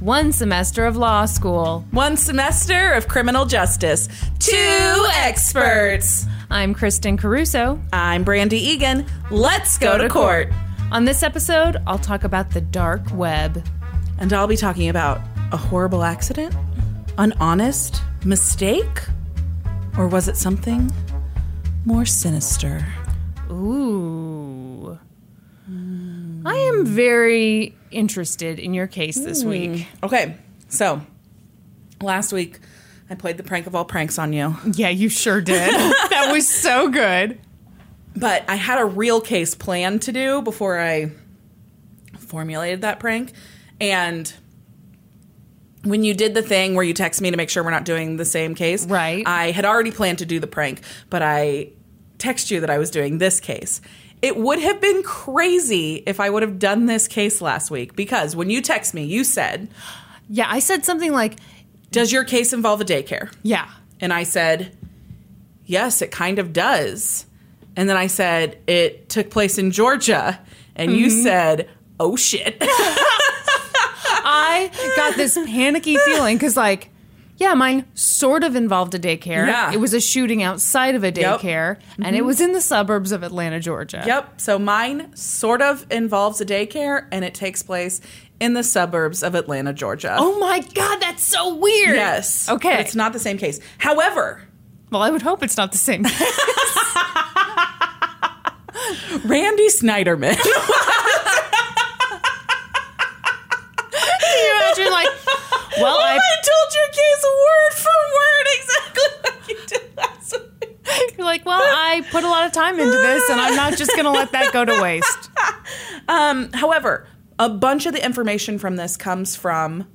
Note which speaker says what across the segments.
Speaker 1: One semester of law school.
Speaker 2: One semester of criminal justice. Two experts.
Speaker 1: I'm Kristen Caruso.
Speaker 2: I'm Brandy Egan. Let's go to court.
Speaker 1: On this episode, I'll talk about the dark web.
Speaker 2: And I'll be talking about a horrible accident, an honest mistake, or was it something more sinister?
Speaker 1: Ooh. I am very interested in your case this
Speaker 2: Hmm.
Speaker 1: week.
Speaker 2: Okay, so last week I played the prank of all pranks on you,
Speaker 1: Yeah, you sure did. that was so good.
Speaker 2: but I had a real case planned to do before I formulated that prank. And when you did the thing where you text me to make sure we're not doing the same case,
Speaker 1: Right.
Speaker 2: I had already planned to do the prank, but I text you that I was doing this case. It would have been crazy if I would have done this case last week because when you text me, you said,
Speaker 1: Yeah, I said something like,
Speaker 2: "Does your case involve a daycare?"
Speaker 1: yeah,
Speaker 2: And I said, Yes, it kind of does. And then I said, It took place in Georgia. And you
Speaker 1: Mm-hmm.
Speaker 2: said, Oh shit.
Speaker 1: I got this panicky feeling because, like, yeah, mine sort of involved a daycare.
Speaker 2: Yeah. Mm-hmm.
Speaker 1: It was a shooting outside of a
Speaker 2: Yep.
Speaker 1: daycare, and it was in the suburbs of Atlanta, Georgia.
Speaker 2: yep. So mine sort of involves a daycare and it takes place in the suburbs of Atlanta, Georgia.
Speaker 1: Oh my God, that's so weird.
Speaker 2: yes.
Speaker 1: Okay.
Speaker 2: But It's not the same case. However,
Speaker 1: well, I would hope it's not the same.
Speaker 2: Randy Snyderman.
Speaker 1: Can you imagine, like, well, I,
Speaker 2: told your case word for word exactly like you did last week.
Speaker 1: you're like, well, I put a lot of time into this, and I'm not just going to let that go to waste.
Speaker 2: Um, however, a bunch of the information from this comes from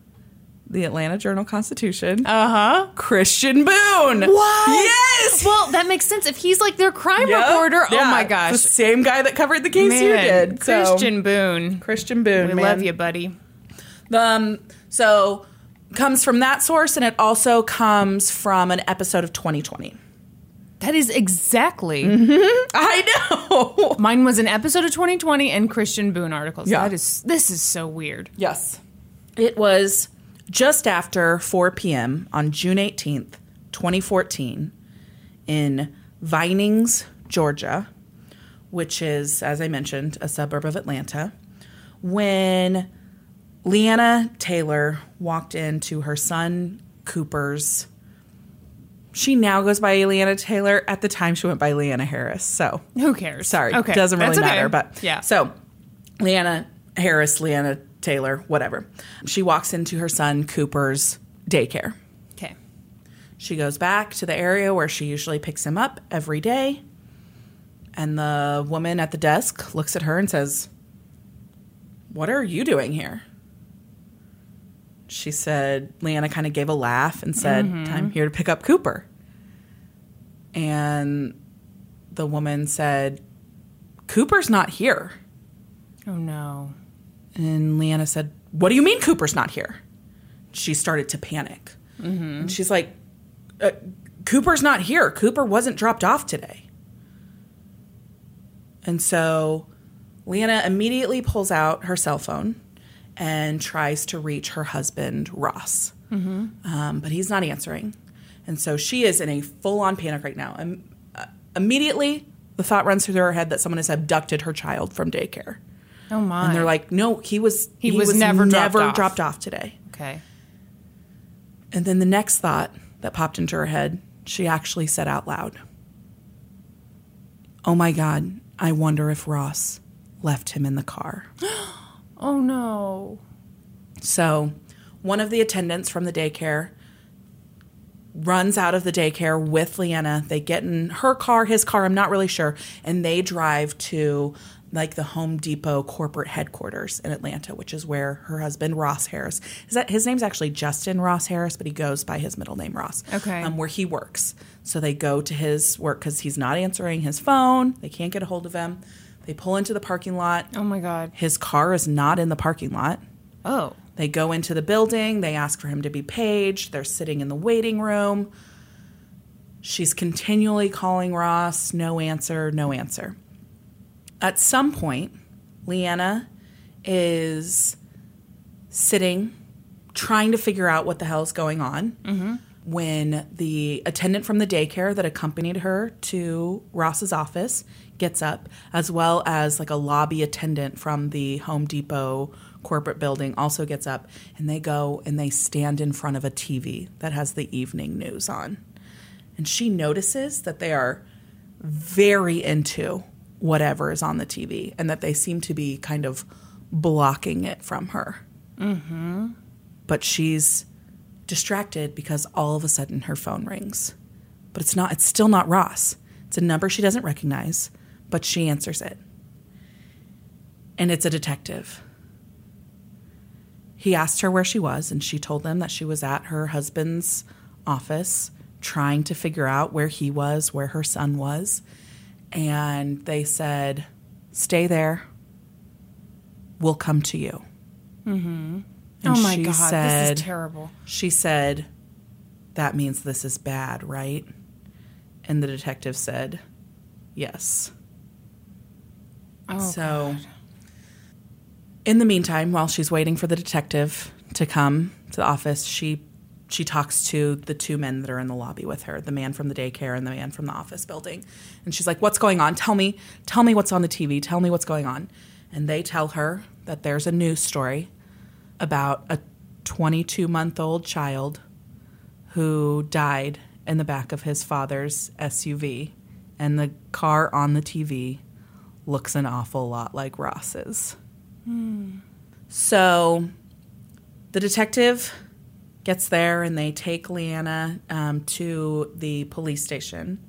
Speaker 2: the Atlanta Journal Constitution. Uh
Speaker 1: Uh-huh.
Speaker 2: huh. Christian Boone.
Speaker 1: Oh. What?
Speaker 2: Yes.
Speaker 1: Well, that makes sense. If he's like their crime
Speaker 2: Yep.
Speaker 1: reporter,
Speaker 2: Yeah.
Speaker 1: oh my
Speaker 2: The
Speaker 1: gosh.
Speaker 2: same guy that covered the case you
Speaker 1: Man,
Speaker 2: did. so-
Speaker 1: Christian Boone.
Speaker 2: Christian Boone.
Speaker 1: We
Speaker 2: man.
Speaker 1: love you, buddy.
Speaker 2: Um, so comes from that source, and it also comes from an episode of 2020.
Speaker 1: That is exactly.
Speaker 2: Mm-hmm. I know.
Speaker 1: Mine was an episode of 2020 and Christian Boone articles.
Speaker 2: Yeah.
Speaker 1: That is this is so weird.
Speaker 2: Yes. It was just after 4 p.m. on June 18th, 2014, in Vinings, Georgia, which is, as I mentioned, a suburb of Atlanta, when Leanna Taylor walked into her son Cooper's. She now goes by Leanna Taylor. At the time, she went by Leanna Harris. So
Speaker 1: Who cares?
Speaker 2: Sorry, doesn't really
Speaker 1: That's okay.
Speaker 2: matter. But
Speaker 1: yeah.
Speaker 2: So, Leanna Harris, Leanna Taylor, whatever. She walks into her son Cooper's daycare.
Speaker 1: okay.
Speaker 2: She goes back to the area where she usually picks him up every day. And the woman at the desk looks at her and says, What are you doing here? She said, Leanna kind of gave a laugh and said, I'm here to pick up Cooper. And the woman said, Cooper's not here.
Speaker 1: Oh no.
Speaker 2: And Leanna said, What do you mean Cooper's not here? She started to panic. And she's like, uh, Cooper's not here. Cooper wasn't dropped off today. And so Leanna immediately pulls out her cell phone and tries to reach her husband, Ross. Um, but he's not answering. And so she is in a full on panic right now. Um, uh, immediately, the thought runs through her head that someone has abducted her child from daycare.
Speaker 1: Oh my.
Speaker 2: And they're like, no, he was
Speaker 1: He was never dropped off."
Speaker 2: dropped off today.
Speaker 1: okay.
Speaker 2: And then the next thought that popped into her head, she actually said out loud, "Oh my God, I wonder if Ross left him in the car."
Speaker 1: Oh no.
Speaker 2: So, one of the attendants from the daycare runs out of the daycare with Leanna. They get in her car, his car, I'm not really sure, and they drive to like the Home Depot corporate headquarters in Atlanta, which is where her husband Ross Harris is that his name's actually Justin Ross Harris, but he goes by his middle name Ross.
Speaker 1: Okay.
Speaker 2: Um, where he works. So they go to his work because he's not answering his phone. They can't get a hold of him. They pull into the parking lot.
Speaker 1: Oh my god.
Speaker 2: His car is not in the parking lot.
Speaker 1: Oh.
Speaker 2: They go into the building, they ask for him to be paged, they're sitting in the waiting room. She's continually calling Ross, no answer, no answer. At some point, Leanna is sitting trying to figure out what the hell is going on when the attendant from the daycare that accompanied her to Ross's office gets up, as well as like a lobby attendant from the Home Depot corporate building also gets up, and they go and they stand in front of a TV that has the evening news on. And she notices that they are very into whatever is on the TV and that they seem to be kind of blocking it from her but she's distracted because all of a sudden her phone rings. But it's not it's still not Ross. It's a number she doesn't recognize, but she answers it. And it's a detective. He asked her where she was and she told them that she was at her husband's office trying to figure out where he was, where her son was. And they said, "Stay there. We'll come to you." And
Speaker 1: oh my
Speaker 2: she
Speaker 1: god,
Speaker 2: said-
Speaker 1: this is terrible.
Speaker 2: She said, That means this is bad, right? And the detective said, Yes.
Speaker 1: Oh,
Speaker 2: so, in the meantime, while she's waiting for the detective to come to the office, she she talks to the two men that are in the lobby with her, the man from the daycare and the man from the office building. And she's like, "What's going on? Tell me, tell me what's on the TV. Tell me what's going on." And they tell her that there's a news story about a 22-month-old child who died in the back of his father's SUV, and the car on the TV looks an awful lot like Ross's. So the detective gets there and they take Leanna um, to the police station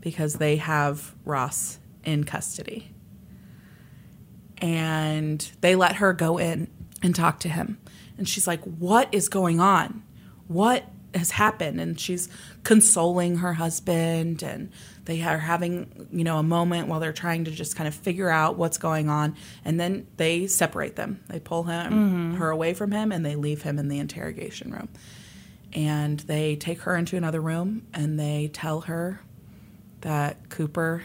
Speaker 2: because they have Ross in custody. And they let her go in and talk to him. And she's like, What is going on? What has happened? And she's consoling her husband. And they are having, you know, a moment while they're trying to just kind of figure out what's going on. And then they separate them. They pull him, her away from him, and they leave him in the interrogation room. And they take her into another room and they tell her that Cooper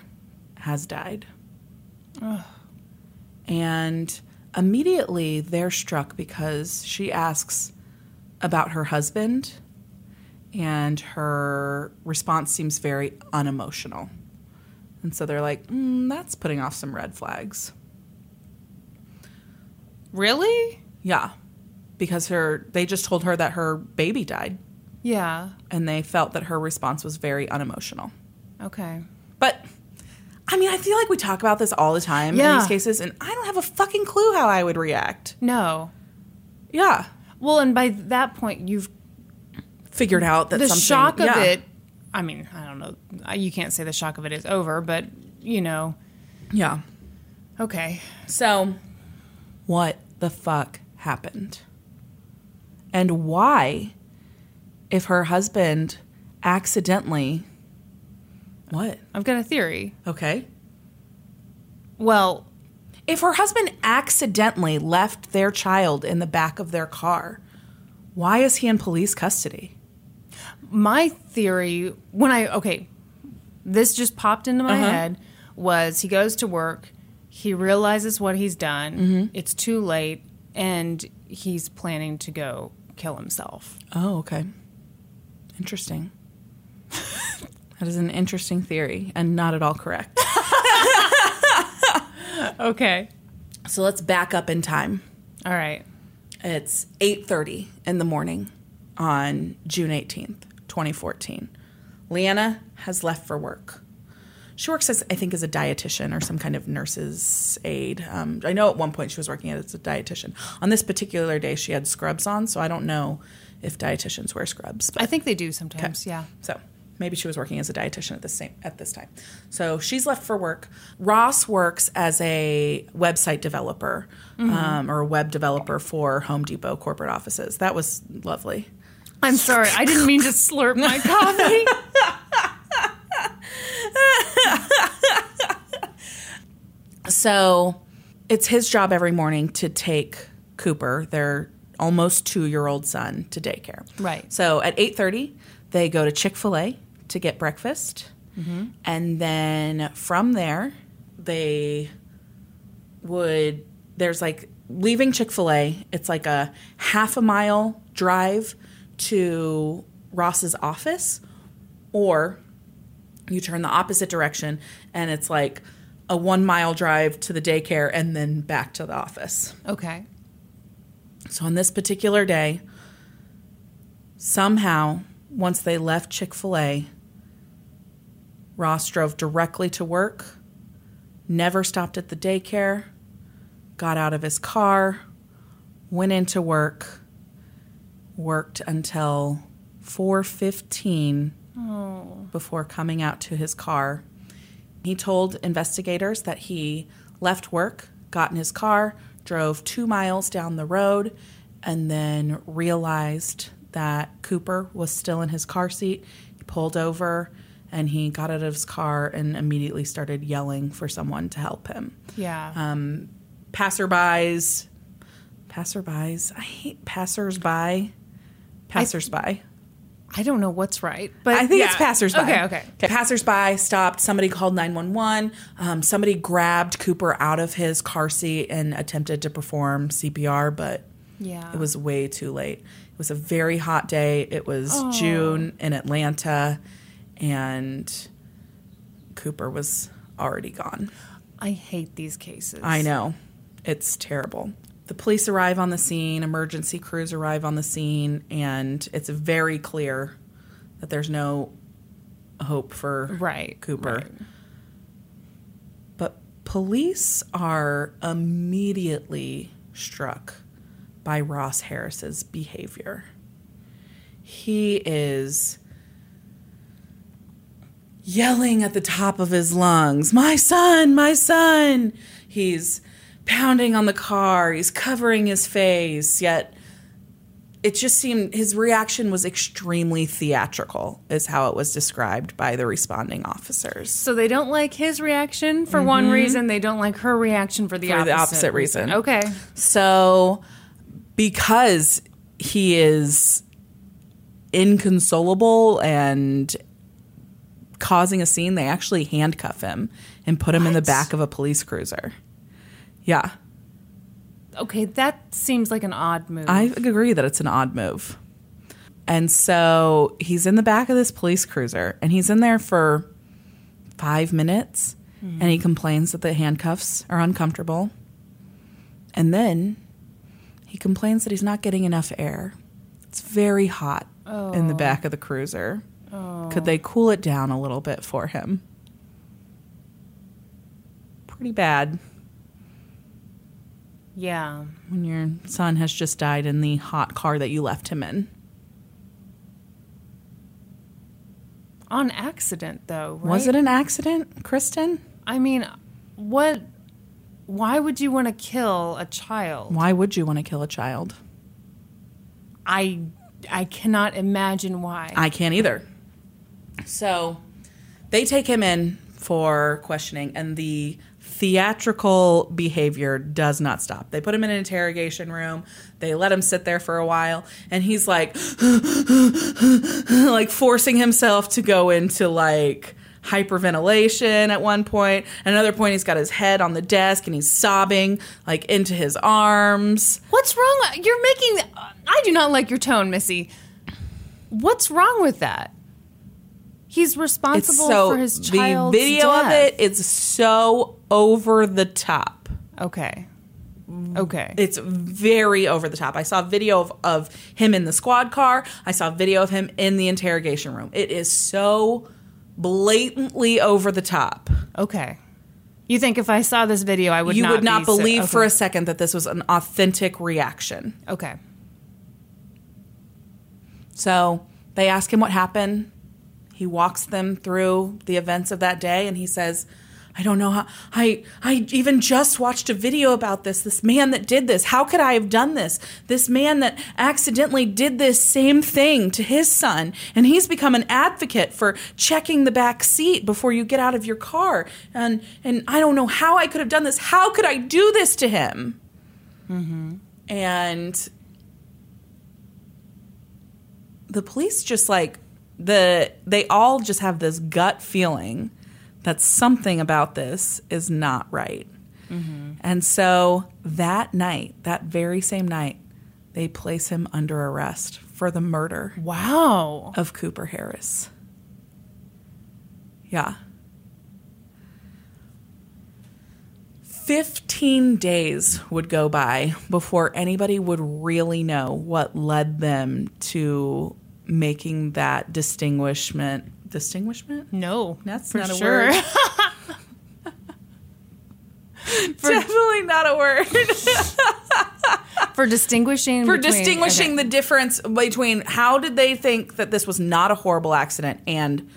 Speaker 2: has died. And immediately they're struck because she asks about her husband, and her response seems very unemotional. And so they're like, mm, that's putting off some red flags.
Speaker 1: really?
Speaker 2: Yeah. Because her they just told her that her baby died
Speaker 1: Yeah.
Speaker 2: and they felt that her response was very unemotional.
Speaker 1: Okay.
Speaker 2: But I mean, I feel like we talk about this all the time in
Speaker 1: Yeah.
Speaker 2: these cases, and I don't have a fucking clue how I would react.
Speaker 1: No.
Speaker 2: Yeah.
Speaker 1: Well, and by that point, you've
Speaker 2: Figured out that
Speaker 1: the
Speaker 2: something-
Speaker 1: shock of
Speaker 2: yeah.
Speaker 1: it. I mean, I don't know. I- You can't say the shock of it is over, but you know.
Speaker 2: Yeah.
Speaker 1: Okay.
Speaker 2: So, what the fuck happened? And why, if her husband accidentally. What?
Speaker 1: I've got a theory.
Speaker 2: Okay.
Speaker 1: Well,
Speaker 2: If her husband accidentally left their child in the back of their car, why is he in police custody?
Speaker 1: my theory when I okay, this just popped into
Speaker 2: Uh-huh.
Speaker 1: my head was he goes to work, he realizes what he's done,
Speaker 2: Mm-hmm.
Speaker 1: it's too late, and he's planning to go kill himself.
Speaker 2: Oh, okay. Interesting. that is an interesting theory and not at all correct. Uh,
Speaker 1: Okay.
Speaker 2: so let's back up in time.
Speaker 1: All right.
Speaker 2: It's 8:30 in the morning on June 18th, 2014. Leanna has left for work. She works as I think as a dietitian or some kind of nurse's aide. Um, I know at one point she was working as a dietitian. On this particular day, she had scrubs on, so I don't know if dietitians wear scrubs. But
Speaker 1: I think they do sometimes, yeah.
Speaker 2: so maybe she was working as a dietitian at the same at this time. So she's left for work. Ross works as a website developer um, or a web developer for Home Depot corporate offices. That was lovely.
Speaker 1: I'm sorry, I didn't mean to slurp my coffee.
Speaker 2: So it's his job every morning to take Cooper, their almost two-year-old son, to daycare.
Speaker 1: Right.
Speaker 2: So at eight thirty, they go to Chick Fil A to get breakfast, and then from there, they would. There's like leaving Chick Fil A. It's like a half a mile drive to Ross's office, or you turn the opposite direction and it's like a one mile drive to the daycare and then back to the office.
Speaker 1: Okay.
Speaker 2: So on this particular day, somehow, once they left Chick fil A, Ross drove directly to work, never stopped at the daycare, got out of his car, went into work, worked until 4:15 before coming out to his car. He told investigators that he left work, got in his car, drove two miles down the road, and then realized that Cooper was still in his car seat. He pulled over and he got out of his car and immediately started yelling for someone to help him.
Speaker 1: Yeah.
Speaker 2: Um, Passerbys, passerbys, I hate passersby, passersby.
Speaker 1: I don't know what's right, but
Speaker 2: I think it's
Speaker 1: yeah.
Speaker 2: passersby.
Speaker 1: Okay, okay.
Speaker 2: Passersby stopped. Somebody called 911. Um, somebody grabbed Cooper out of his car seat and attempted to perform CPR, but
Speaker 1: Yeah.
Speaker 2: it was way too late. It was a very hot day. It was June in Atlanta, and Cooper was already gone.
Speaker 1: I hate these cases.
Speaker 2: I know. It's terrible. The police arrive on the scene, emergency crews arrive on the scene, and it's very clear that there's no hope for
Speaker 1: Right,
Speaker 2: Cooper. But police are immediately struck by Ross Harris's behavior. He is yelling at the top of his lungs, My son, my son. He's pounding on the car, he's covering his face, yet it just seemed his reaction was extremely theatrical, is how it was described by the responding officers.
Speaker 1: So they don't like his reaction for one reason. They don't like her reaction for the,
Speaker 2: Mm-hmm. For
Speaker 1: opposite,
Speaker 2: the opposite reason.
Speaker 1: Okay.
Speaker 2: So, because he is inconsolable and causing a scene, they actually handcuff him and put him in the
Speaker 1: What?
Speaker 2: back of a police cruiser. Yeah,
Speaker 1: Okay, that seems like an odd move.
Speaker 2: I agree that it's an odd move. And so he's in the back of this police cruiser and he's in there for five minutes and he complains that the handcuffs are uncomfortable. And then he complains that he's not getting enough air. It's very hot in the back of the cruiser. Could they cool it down a little bit for him? Pretty bad
Speaker 1: yeah.
Speaker 2: when your son has just died in the hot car that you left him in.
Speaker 1: On accident, though. Right?
Speaker 2: Was it an accident, Kristen?
Speaker 1: I mean, what? Why would you want to kill a child?
Speaker 2: Why would you want to kill a child?
Speaker 1: I I cannot imagine why.
Speaker 2: I can't either. So they take him in for questioning, and the theatrical behavior does not stop. They put him in an interrogation room. They let him sit there for a while, and he's like, like forcing himself to go into like hyperventilation at one point. At another point, he's got his head on the desk and he's sobbing like into his arms.
Speaker 1: What's wrong? You're making. I do not like your tone, Missy. What's wrong with that? He's responsible for his child's
Speaker 2: the video of
Speaker 1: death.
Speaker 2: it is so over the top
Speaker 1: Okay. Okay.
Speaker 2: it's very over the top i saw video of, of him in the squad car i saw video of him in the interrogation room it is so blatantly over the top
Speaker 1: okay. You think if I saw this video, I would
Speaker 2: you
Speaker 1: not
Speaker 2: would not
Speaker 1: be so-
Speaker 2: believe for a
Speaker 1: okay.
Speaker 2: second that this was an authentic reaction
Speaker 1: Okay.
Speaker 2: So they ask him what happened. He walks them through the events of that day and he says, I don't know how I I even just watched a video about this. This man that did this. How could I have done this? This man that accidentally did this same thing to his son and he's become an advocate for checking the back seat before you get out of your car. And and I don't know how I could have done this. How could I do this to him? And the police just like the they all just have this gut feeling that something about this is not right. And so that night, that very same night, they place him under arrest for the murder
Speaker 1: Wow.
Speaker 2: of Cooper Harris. Yeah. 15 days would go by before anybody would really know what led them to making that distinguishment. Distinguishment?
Speaker 1: No.
Speaker 2: That's
Speaker 1: for
Speaker 2: not a
Speaker 1: sure.
Speaker 2: word. Definitely not a word.
Speaker 1: for distinguishing.
Speaker 2: for
Speaker 1: between-
Speaker 2: distinguishing the difference between how did they think that this was not a horrible accident and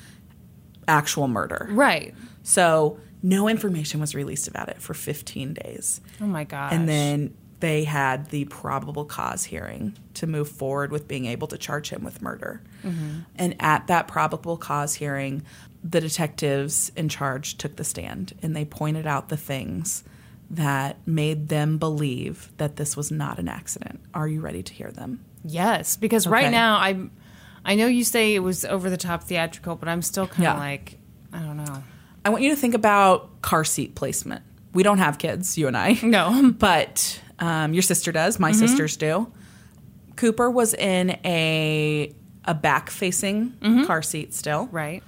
Speaker 2: actual murder.
Speaker 1: Okay. Right.
Speaker 2: So no information was released about it for 15 days.
Speaker 1: Oh my gosh.
Speaker 2: And then they had the probable cause hearing to move forward with being able to charge him with murder. And at that probable cause hearing, the detectives in charge took the stand and they pointed out the things that made them believe that this was not an accident. Are you ready to hear them?
Speaker 1: Yes, because right
Speaker 2: Okay.
Speaker 1: now I'm. I know you say it was over the top theatrical, but I'm still kind of
Speaker 2: Yeah.
Speaker 1: like, I don't know.
Speaker 2: I want you to think about car seat placement. We don't have kids, you and I.
Speaker 1: No. Mm-hmm.
Speaker 2: But um, your sister does. My sisters do. Cooper was in a a back facing car seat still
Speaker 1: Mm-hmm. Right.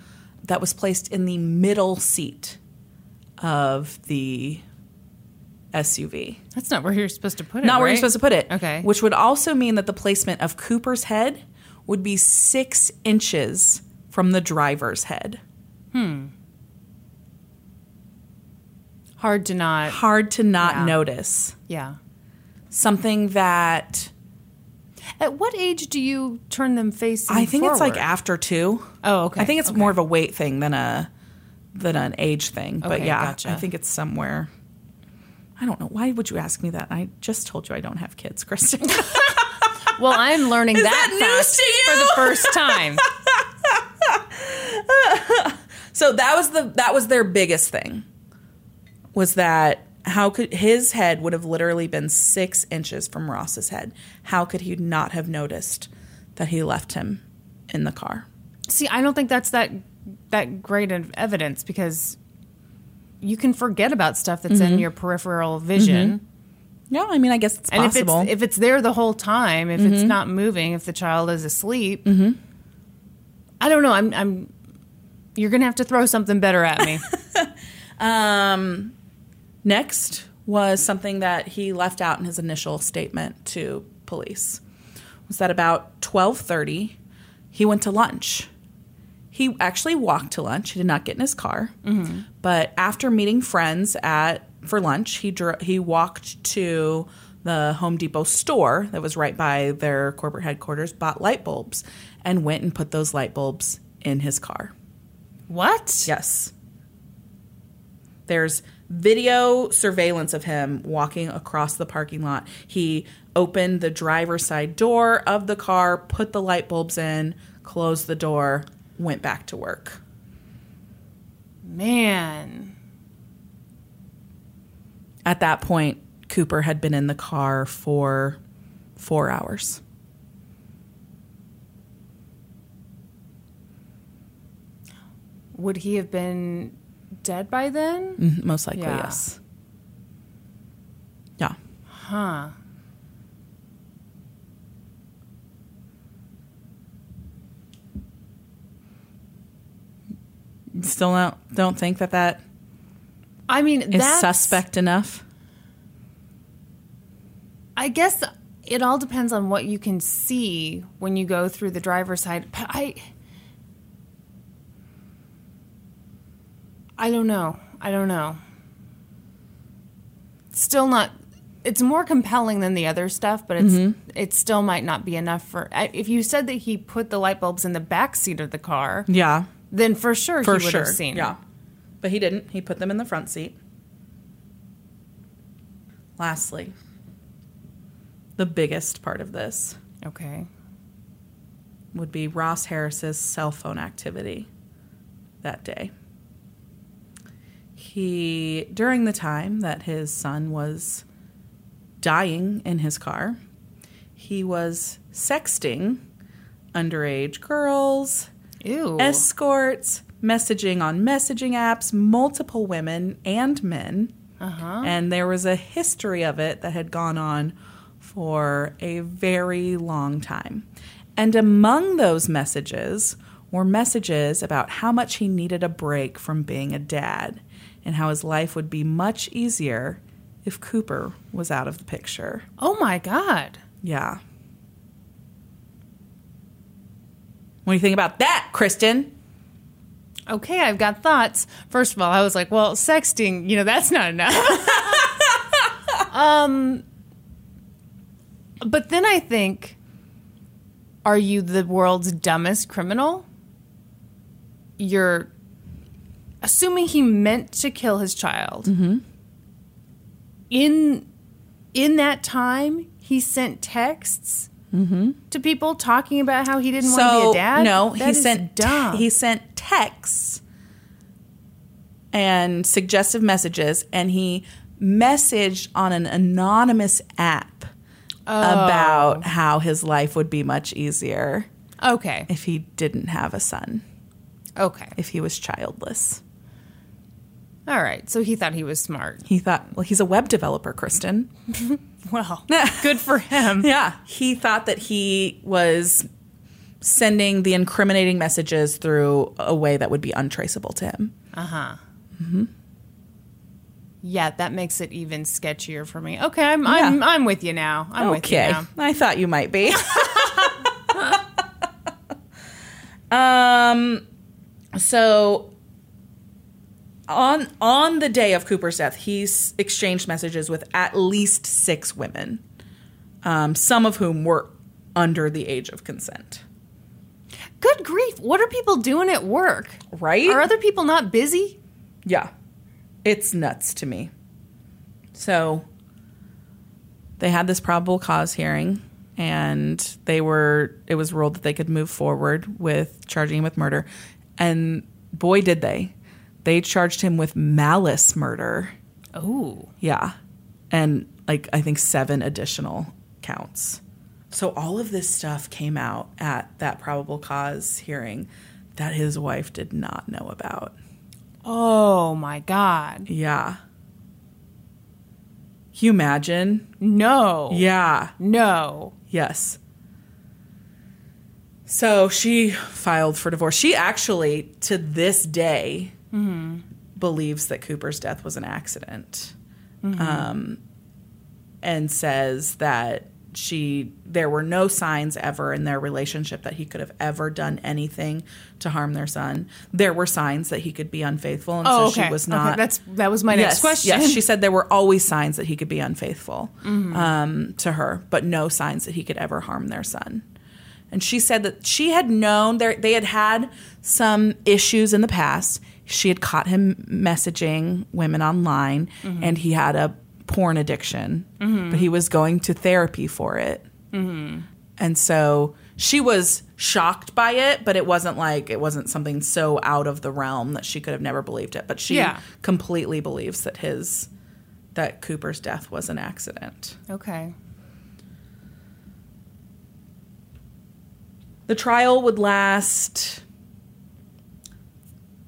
Speaker 2: that was placed in the middle seat of the SUV.
Speaker 1: That's not where you're supposed to put it.
Speaker 2: Not where
Speaker 1: right?
Speaker 2: you're supposed to put it.
Speaker 1: Okay.
Speaker 2: Which would also mean that the placement of Cooper's head would be six inches from the driver's head.
Speaker 1: Hard to not.
Speaker 2: Hard to not
Speaker 1: Yeah.
Speaker 2: notice.
Speaker 1: Yeah.
Speaker 2: Something that
Speaker 1: At what age do you turn them face?
Speaker 2: I think it's like
Speaker 1: forward?
Speaker 2: after two.
Speaker 1: Oh, okay.
Speaker 2: I think it's
Speaker 1: Okay.
Speaker 2: more of a weight thing than a than an age thing. but
Speaker 1: Okay,
Speaker 2: yeah,
Speaker 1: gotcha.
Speaker 2: I think it's somewhere. I don't know. Why would you ask me that? I just told you I don't have kids, Kristen.
Speaker 1: Well, I'm learning that,
Speaker 2: that news
Speaker 1: fact
Speaker 2: to you?
Speaker 1: for the first time.
Speaker 2: so that was the that was their biggest thing. Was that how could his head would have literally been six inches from Ross's head? How could he not have noticed that he left him in the car?
Speaker 1: See, I don't think that's that that great of evidence because you can forget about stuff that's
Speaker 2: Mm-hmm.
Speaker 1: in your peripheral vision.
Speaker 2: No, I mean I guess it's Mm-hmm. possible. Mm-hmm.
Speaker 1: if it's if it's there the whole time, if it's not moving, if the child is asleep, I don't know. I'm I'm you're gonna have to throw something better at me.
Speaker 2: Next was something that he left out in his initial statement to police. Was that about 12:30, he went to lunch. He actually walked to lunch. He did not get in his car. But after meeting friends at for lunch, he dro- he walked to the Home Depot store that was right by their corporate headquarters, bought light bulbs, and went and put those light bulbs in his car.
Speaker 1: what?
Speaker 2: Yes. There's video surveillance of him walking across the parking lot. He opened the driver's side door of the car, put the light bulbs in, closed the door, went back to work.
Speaker 1: Man.
Speaker 2: At that point, Cooper had been in the car for four hours.
Speaker 1: Would he have been dead by then?
Speaker 2: Mhm, Most likely,
Speaker 1: Yeah.
Speaker 2: yes. Yeah.
Speaker 1: Huh.
Speaker 2: Still don't, don't think that that
Speaker 1: I mean
Speaker 2: is
Speaker 1: that's
Speaker 2: suspect enough.
Speaker 1: I guess it all depends on what you can see when you go through the driver's side. But I, I don't know. I don't know. Still not. It's more compelling than the other stuff, but it's
Speaker 2: Mm-hmm.
Speaker 1: it still might not be enough for. I- If you said that he put the light bulbs in the back seat of the car,
Speaker 2: Yeah.
Speaker 1: then for sure
Speaker 2: for
Speaker 1: he would
Speaker 2: sure.
Speaker 1: have seen.
Speaker 2: Yeah, but he didn't. He put them in the front seat. Lastly, the biggest part of this
Speaker 1: Okay.
Speaker 2: would be Ross Harris's cell phone activity that day. He, during the time that his son was dying in his car, he was sexting underage girls,
Speaker 1: Ew.
Speaker 2: escorts, messaging on messaging apps, multiple women and men.
Speaker 1: uh huh.
Speaker 2: And there was a history of it that had gone on for a very long time. And among those messages were messages about how much he needed a break from being a dad and how his life would be much easier if Cooper was out of the picture.
Speaker 1: Oh my God.
Speaker 2: Yeah. What do you think about that, Kristen?
Speaker 1: Okay, I've got thoughts. First of all, I was like, well, sexting, you know, that's not enough. um, but then I think, are you the world's dumbest criminal? You're assuming he meant to kill his child.
Speaker 2: Mm-hmm.
Speaker 1: In in that time, he sent texts to people talking about how he didn't want to be a dad.
Speaker 2: Mm-hmm. no,
Speaker 1: That
Speaker 2: he
Speaker 1: is
Speaker 2: sent te-
Speaker 1: dumb.
Speaker 2: he sent texts and suggestive messages, and he messaged on an anonymous app
Speaker 1: Oh.
Speaker 2: about how his life would be much easier
Speaker 1: okay.
Speaker 2: if he didn't have a son,
Speaker 1: Okay.
Speaker 2: if he was childless.
Speaker 1: All right. So he thought he was smart.
Speaker 2: He thought, well, he's a web developer, Kristen.
Speaker 1: Well, good for him.
Speaker 2: Yeah. He thought that he was sending the incriminating messages through a way that would be untraceable to him.
Speaker 1: Yeah, that makes it even sketchier for me. Okay, I'm I'm, I'm with you now. I'm with you
Speaker 2: okay.
Speaker 1: now.
Speaker 2: I thought you might be. um so on on the day of Cooper's death, he's exchanged messages with at least six women, um, some of whom were under the age of consent.
Speaker 1: Good grief! What are people doing at work?
Speaker 2: Right?
Speaker 1: Are other people not busy?
Speaker 2: Yeah. It's nuts to me. So they had this probable cause hearing and they were it was ruled that they could move forward with charging him with murder and boy did they. They charged him with malice murder.
Speaker 1: Oh,
Speaker 2: Yeah. And like I think seven additional counts. So all of this stuff came out at that probable cause hearing that his wife did not know about.
Speaker 1: oh my God!
Speaker 2: Yeah. Can you imagine?
Speaker 1: No,
Speaker 2: Yeah.
Speaker 1: no.
Speaker 2: Yes. So she filed for divorce. She actually, to this day,
Speaker 1: Mm-hmm.
Speaker 2: believes that Cooper's death was an accident,
Speaker 1: Mm-hmm.
Speaker 2: um, and says that she there were no signs ever in their relationship that he could have ever done anything to harm their son. There were signs that he could be unfaithful, and
Speaker 1: Oh,
Speaker 2: so
Speaker 1: okay.
Speaker 2: she was
Speaker 1: Okay,
Speaker 2: not.
Speaker 1: that's that was my next question.
Speaker 2: Yes, she said there were always signs that he could be unfaithful um, to her, but no signs that he could ever harm their son. And she said that she had known there, they had had some issues in the past. She had caught him messaging women online, and he had a porn addiction, but he was going to therapy for it. And so she was shocked by it, but it wasn't like it wasn't something so out of the realm that she could have never believed it. But she
Speaker 1: Yeah.
Speaker 2: completely believes that his that Cooper's death was an accident.
Speaker 1: okay.
Speaker 2: The trial would last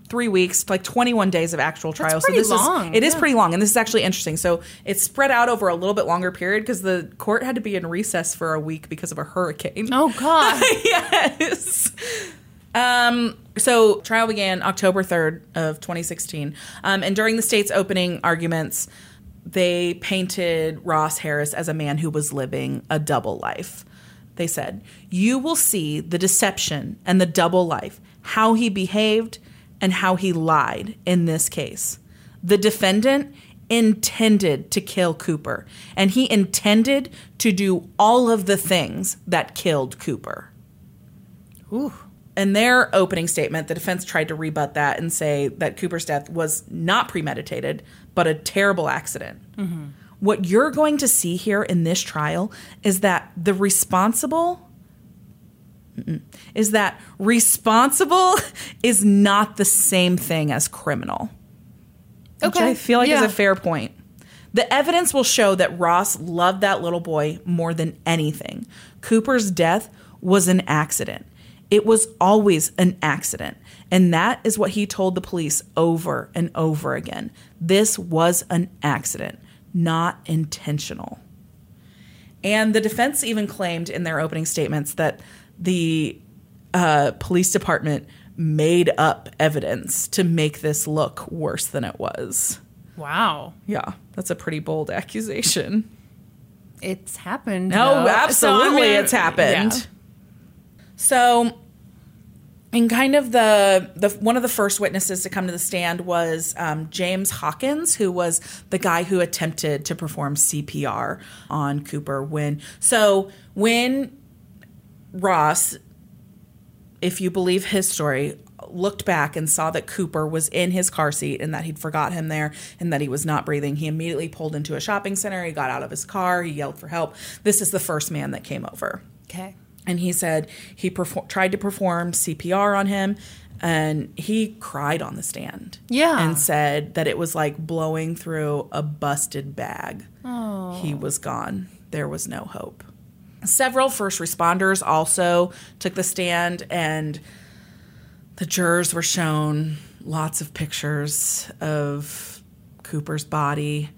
Speaker 2: three weeks, like 21 days of actual trial.
Speaker 1: pretty
Speaker 2: this
Speaker 1: long,
Speaker 2: is it is
Speaker 1: yeah.
Speaker 2: pretty long, and this is actually interesting. So it's spread out over a little bit longer period because the court had to be in recess for a week because of a hurricane.
Speaker 1: Oh God.
Speaker 2: yes. Um, so trial began October 3rd of 2016. Um, and during the state's opening arguments, they painted Ross Harris as a man who was living a double life. They said, "You will see the deception and the double life, how he behaved and how he lied in this case. The defendant intended to kill Cooper, and he intended to do all of the things that killed Cooper." in their opening statement, the defense tried to rebut that and say that Cooper's death was not premeditated, but a terrible accident. What you're going to see here in this trial is that the responsible Mm-mm. is that responsible is not the same thing as criminal. Which
Speaker 1: Okay,
Speaker 2: I feel like is
Speaker 1: yeah.
Speaker 2: a fair point. The evidence will show that Ross loved that little boy more than anything. Cooper's death was an accident. It was always an accident. And that is what he told the police over and over again. This was an accident, not intentional. And the defense even claimed in their opening statements that the uh, police department made up evidence to make this look worse than it was.
Speaker 1: Wow.
Speaker 2: Yeah, that's a pretty bold accusation.
Speaker 1: It's happened.
Speaker 2: No,
Speaker 1: though.
Speaker 2: absolutely,
Speaker 1: So, I mean,
Speaker 2: it's happened.
Speaker 1: yeah.
Speaker 2: So, in kind of the the one of the first witnesses to come to the stand was um, James Hawkins, who was the guy who attempted to perform CPR on Cooper when. So when Ross, if you believe his story. Looked back and saw that Cooper was in his car seat and that he'd forgot him there and that he was not breathing. He immediately pulled into a shopping center. He got out of his car. He yelled for help. This is the first man that came over
Speaker 1: Okay.
Speaker 2: and he said he perfor- tried to perform CPR on him and he cried on the stand.
Speaker 1: Yeah.
Speaker 2: And said that it was like blowing through a busted bag. Oh. He was gone. There was no hope. Several first responders also took the stand and the jurors were shown lots of pictures of Cooper's body.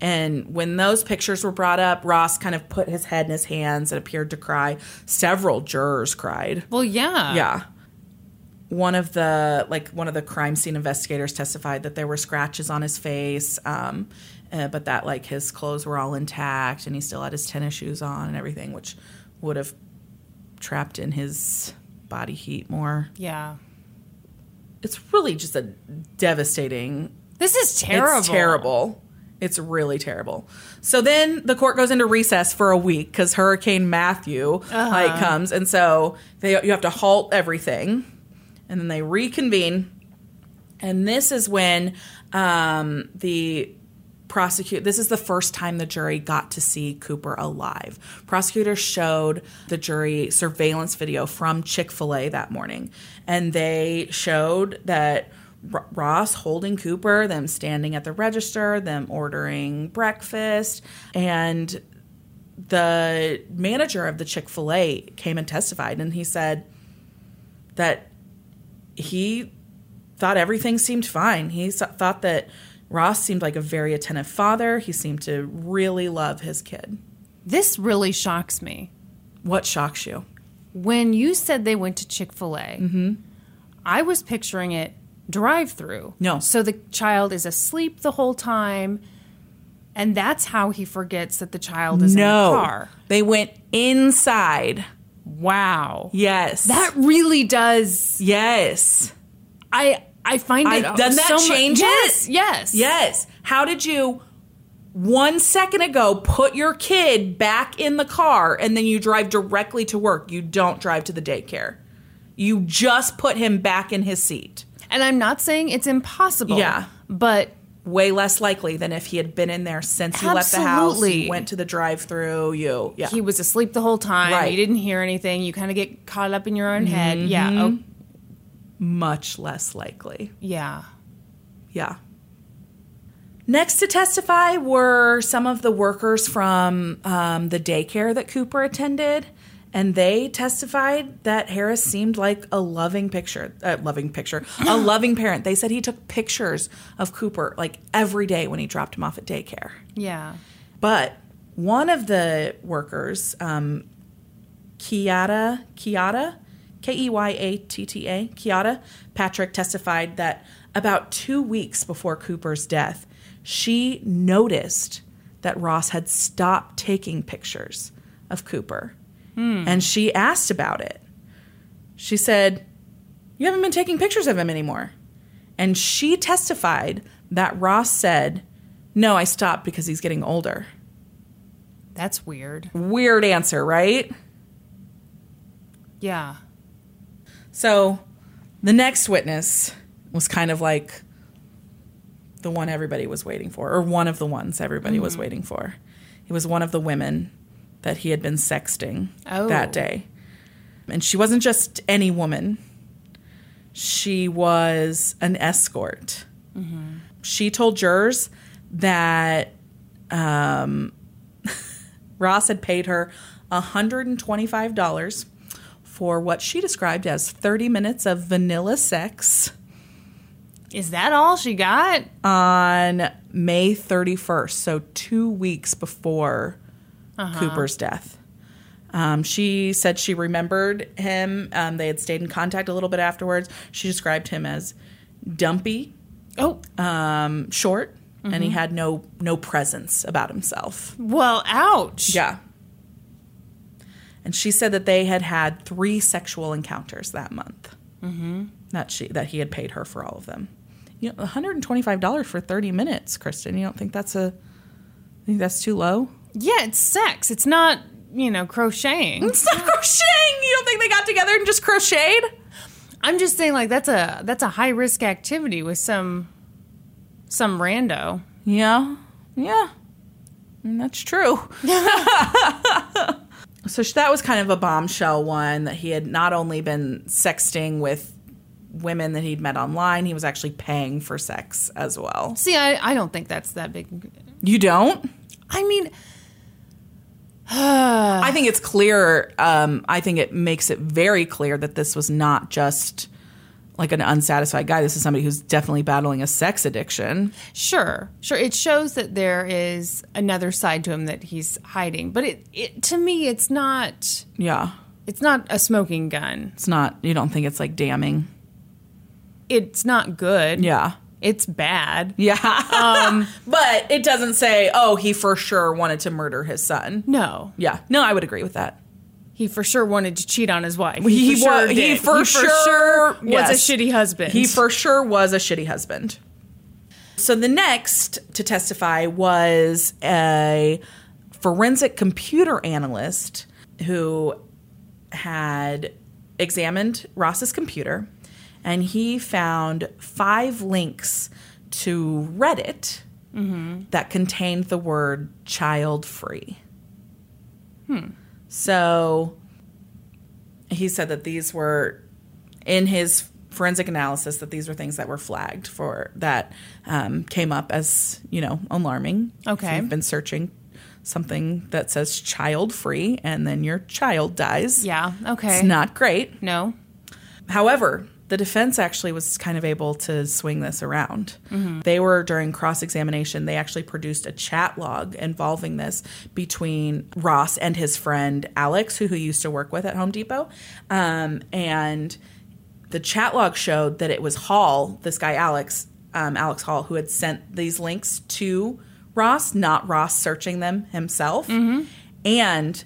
Speaker 2: And when those pictures were brought up, Ross kind of put his head in his hands and appeared to cry. Several jurors cried.
Speaker 1: Well, yeah.
Speaker 2: Yeah. One of the like one of the crime scene investigators testified that there were scratches on his face, um, uh, but that like his clothes were all intact and he still had his tennis shoes on and everything, which would have trapped in his body heat more
Speaker 1: Yeah.
Speaker 2: it's really just a devastating
Speaker 1: This is terrible.
Speaker 2: it's terrible it's really terrible so then the court goes into recess for a week because hurricane matthew like comes and so they you have to halt everything and then they reconvene and this is when um, the prosecute this is the first time the jury got to see cooper alive prosecutors showed the jury surveillance video from chick-fil-a that morning and they showed that R- ross holding cooper them standing at the register them ordering breakfast and the manager of the chick-fil-a came and testified and he said that he thought everything seemed fine. He s- thought that Ross seemed like a very attentive father. He seemed to really love his kid.
Speaker 1: This really shocks me.
Speaker 2: What shocks you?
Speaker 1: When you said they went to Chick fil A,
Speaker 2: Mm-hmm.
Speaker 1: I was picturing it drive through.
Speaker 2: No.
Speaker 1: So the child is asleep the whole time, and that's how he forgets that the child is in the car.
Speaker 2: They went inside.
Speaker 1: Wow.
Speaker 2: Yes.
Speaker 1: That really does.
Speaker 2: yes.
Speaker 1: I I find
Speaker 2: I-
Speaker 1: it.
Speaker 2: doesn't that
Speaker 1: so mu-
Speaker 2: change it?
Speaker 1: Yes. Yes.
Speaker 2: Yes. How did you one second ago put your kid back in the car and then you drive directly to work? You don't drive to the daycare. You just put him back in his seat.
Speaker 1: And I'm not saying it's impossible.
Speaker 2: Yeah.
Speaker 1: But
Speaker 2: way less likely than if he had been in there since he left the house.
Speaker 1: Absolutely.
Speaker 2: You went to the drive-through. You, yeah,
Speaker 1: he was asleep the whole time.
Speaker 2: Right. Mm-hmm.
Speaker 1: You didn't hear anything. You kind of get caught up in your own head. Yeah. Oh,
Speaker 2: much less likely.
Speaker 1: yeah.
Speaker 2: Yeah. Next to testify were some of the workers from um, the daycare that Cooper attended, and they testified that Harris seemed like a loving picture, uh, loving picture, a loving parent. They said he took pictures of Cooper like every day when he dropped him off at daycare.
Speaker 1: Yeah.
Speaker 2: But one of the workers, um, Kiata, Kiata, K E Y A T T A, Kiata Patrick testified that about two weeks before Cooper's death, she noticed that Ross had stopped taking pictures of Cooper. And she asked about it. She said, You haven't been taking pictures of him anymore. And she testified that Ross said, No, I stopped because he's getting older.
Speaker 1: That's weird.
Speaker 2: Weird answer, right?
Speaker 1: Yeah.
Speaker 2: So the next witness was kind of like the one everybody was waiting for, or one of the ones everybody was waiting for. It was one of the women that he had been sexting
Speaker 1: Oh.
Speaker 2: that day. And she wasn't just any woman, she was an escort. She told jurors that um, Ross had paid her $125 for what she described as 30 minutes of vanilla sex
Speaker 1: Is that all she got?
Speaker 2: on May 31st, so two weeks before Cooper's death. Um, she said she remembered him. Um, they had stayed in contact a little bit afterwards. She described him as dumpy,
Speaker 1: Oh,
Speaker 2: um, short, and he had no no presence about himself.
Speaker 1: well, ouch.
Speaker 2: Yeah. And she said that they had had three sexual encounters that month. Mm-hmm. That she that he had paid her for all of them. You know, one hundred and twenty five dollars for thirty minutes, Kristen. You don't think that's a? Think that's too low?
Speaker 1: Yeah, it's sex. It's not, you know, crocheting.
Speaker 2: It's not crocheting. You don't think they got together and just crocheted?
Speaker 1: I'm just saying like that's a that's a high risk activity with some some rando.
Speaker 2: Yeah, yeah, Mm, that's true. so sh- that was kind of a bombshell one that he had not only been sexting with women that he'd met online, he was actually paying for sex as well.
Speaker 1: See, I, I don't think that's that big.
Speaker 2: You don't?
Speaker 1: I mean,
Speaker 2: I think it's clear. Um, I think it makes it very clear that this was not just like an unsatisfied guy. This is somebody who's definitely battling a sex addiction.
Speaker 1: sure, sure. It shows that there is another side to him that he's hiding, but it, it to me, it's not
Speaker 2: Yeah.
Speaker 1: it's not a smoking gun.
Speaker 2: It's not, you don't think it's like damning.
Speaker 1: It's not good.
Speaker 2: Yeah.
Speaker 1: it's bad.
Speaker 2: Yeah. but it doesn't say, oh, he for sure wanted to murder his son.
Speaker 1: No,
Speaker 2: Yeah. No, I would agree with that.
Speaker 1: he for sure wanted to cheat on his wife.
Speaker 2: He
Speaker 1: for
Speaker 2: wa- he
Speaker 1: did.
Speaker 2: for sure-
Speaker 1: was
Speaker 2: yes.
Speaker 1: a shitty husband.
Speaker 2: He for sure was a shitty husband. So the next to testify was a forensic computer analyst who had examined Ross's computer and he found five links to Reddit that contained the word child free.
Speaker 1: Hmm.
Speaker 2: So he said that these were in his forensic analysis that these were things that were flagged for that um, came up as you know alarming.
Speaker 1: Okay.
Speaker 2: if you've been searching something that says child free, and then your child dies.
Speaker 1: yeah, okay,
Speaker 2: it's not great.
Speaker 1: no,
Speaker 2: However, the defense actually was kind of able to swing this around. They were during cross examination, they actually produced a chat log involving this between Ross and his friend Alex, who, who used to work with at Home Depot. Um, and the chat log showed that it was Hall, this guy Alex, um, Alex Hall, who had sent these links to Ross, not Ross searching them himself. And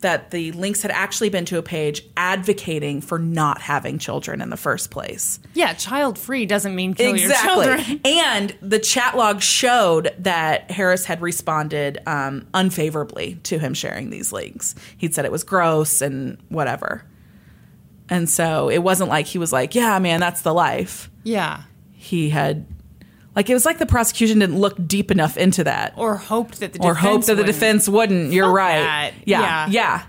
Speaker 2: that the links had actually been to a page advocating for not having children in the first place.
Speaker 1: yeah, child free doesn't mean kill your children.
Speaker 2: And the chat log showed that Harris had responded um, unfavorably to him sharing these links. He'd said it was gross and whatever. And so it wasn't like he was like, yeah, man, that's the life.
Speaker 1: Yeah,
Speaker 2: He had, like, it was like the prosecution didn't look deep enough into that
Speaker 1: or hoped that the
Speaker 2: or hope
Speaker 1: defense
Speaker 2: that the
Speaker 1: wouldn't.
Speaker 2: defense wouldn't. You're
Speaker 1: Fuck
Speaker 2: right.
Speaker 1: that.
Speaker 2: Yeah,
Speaker 1: Yeah.
Speaker 2: yeah.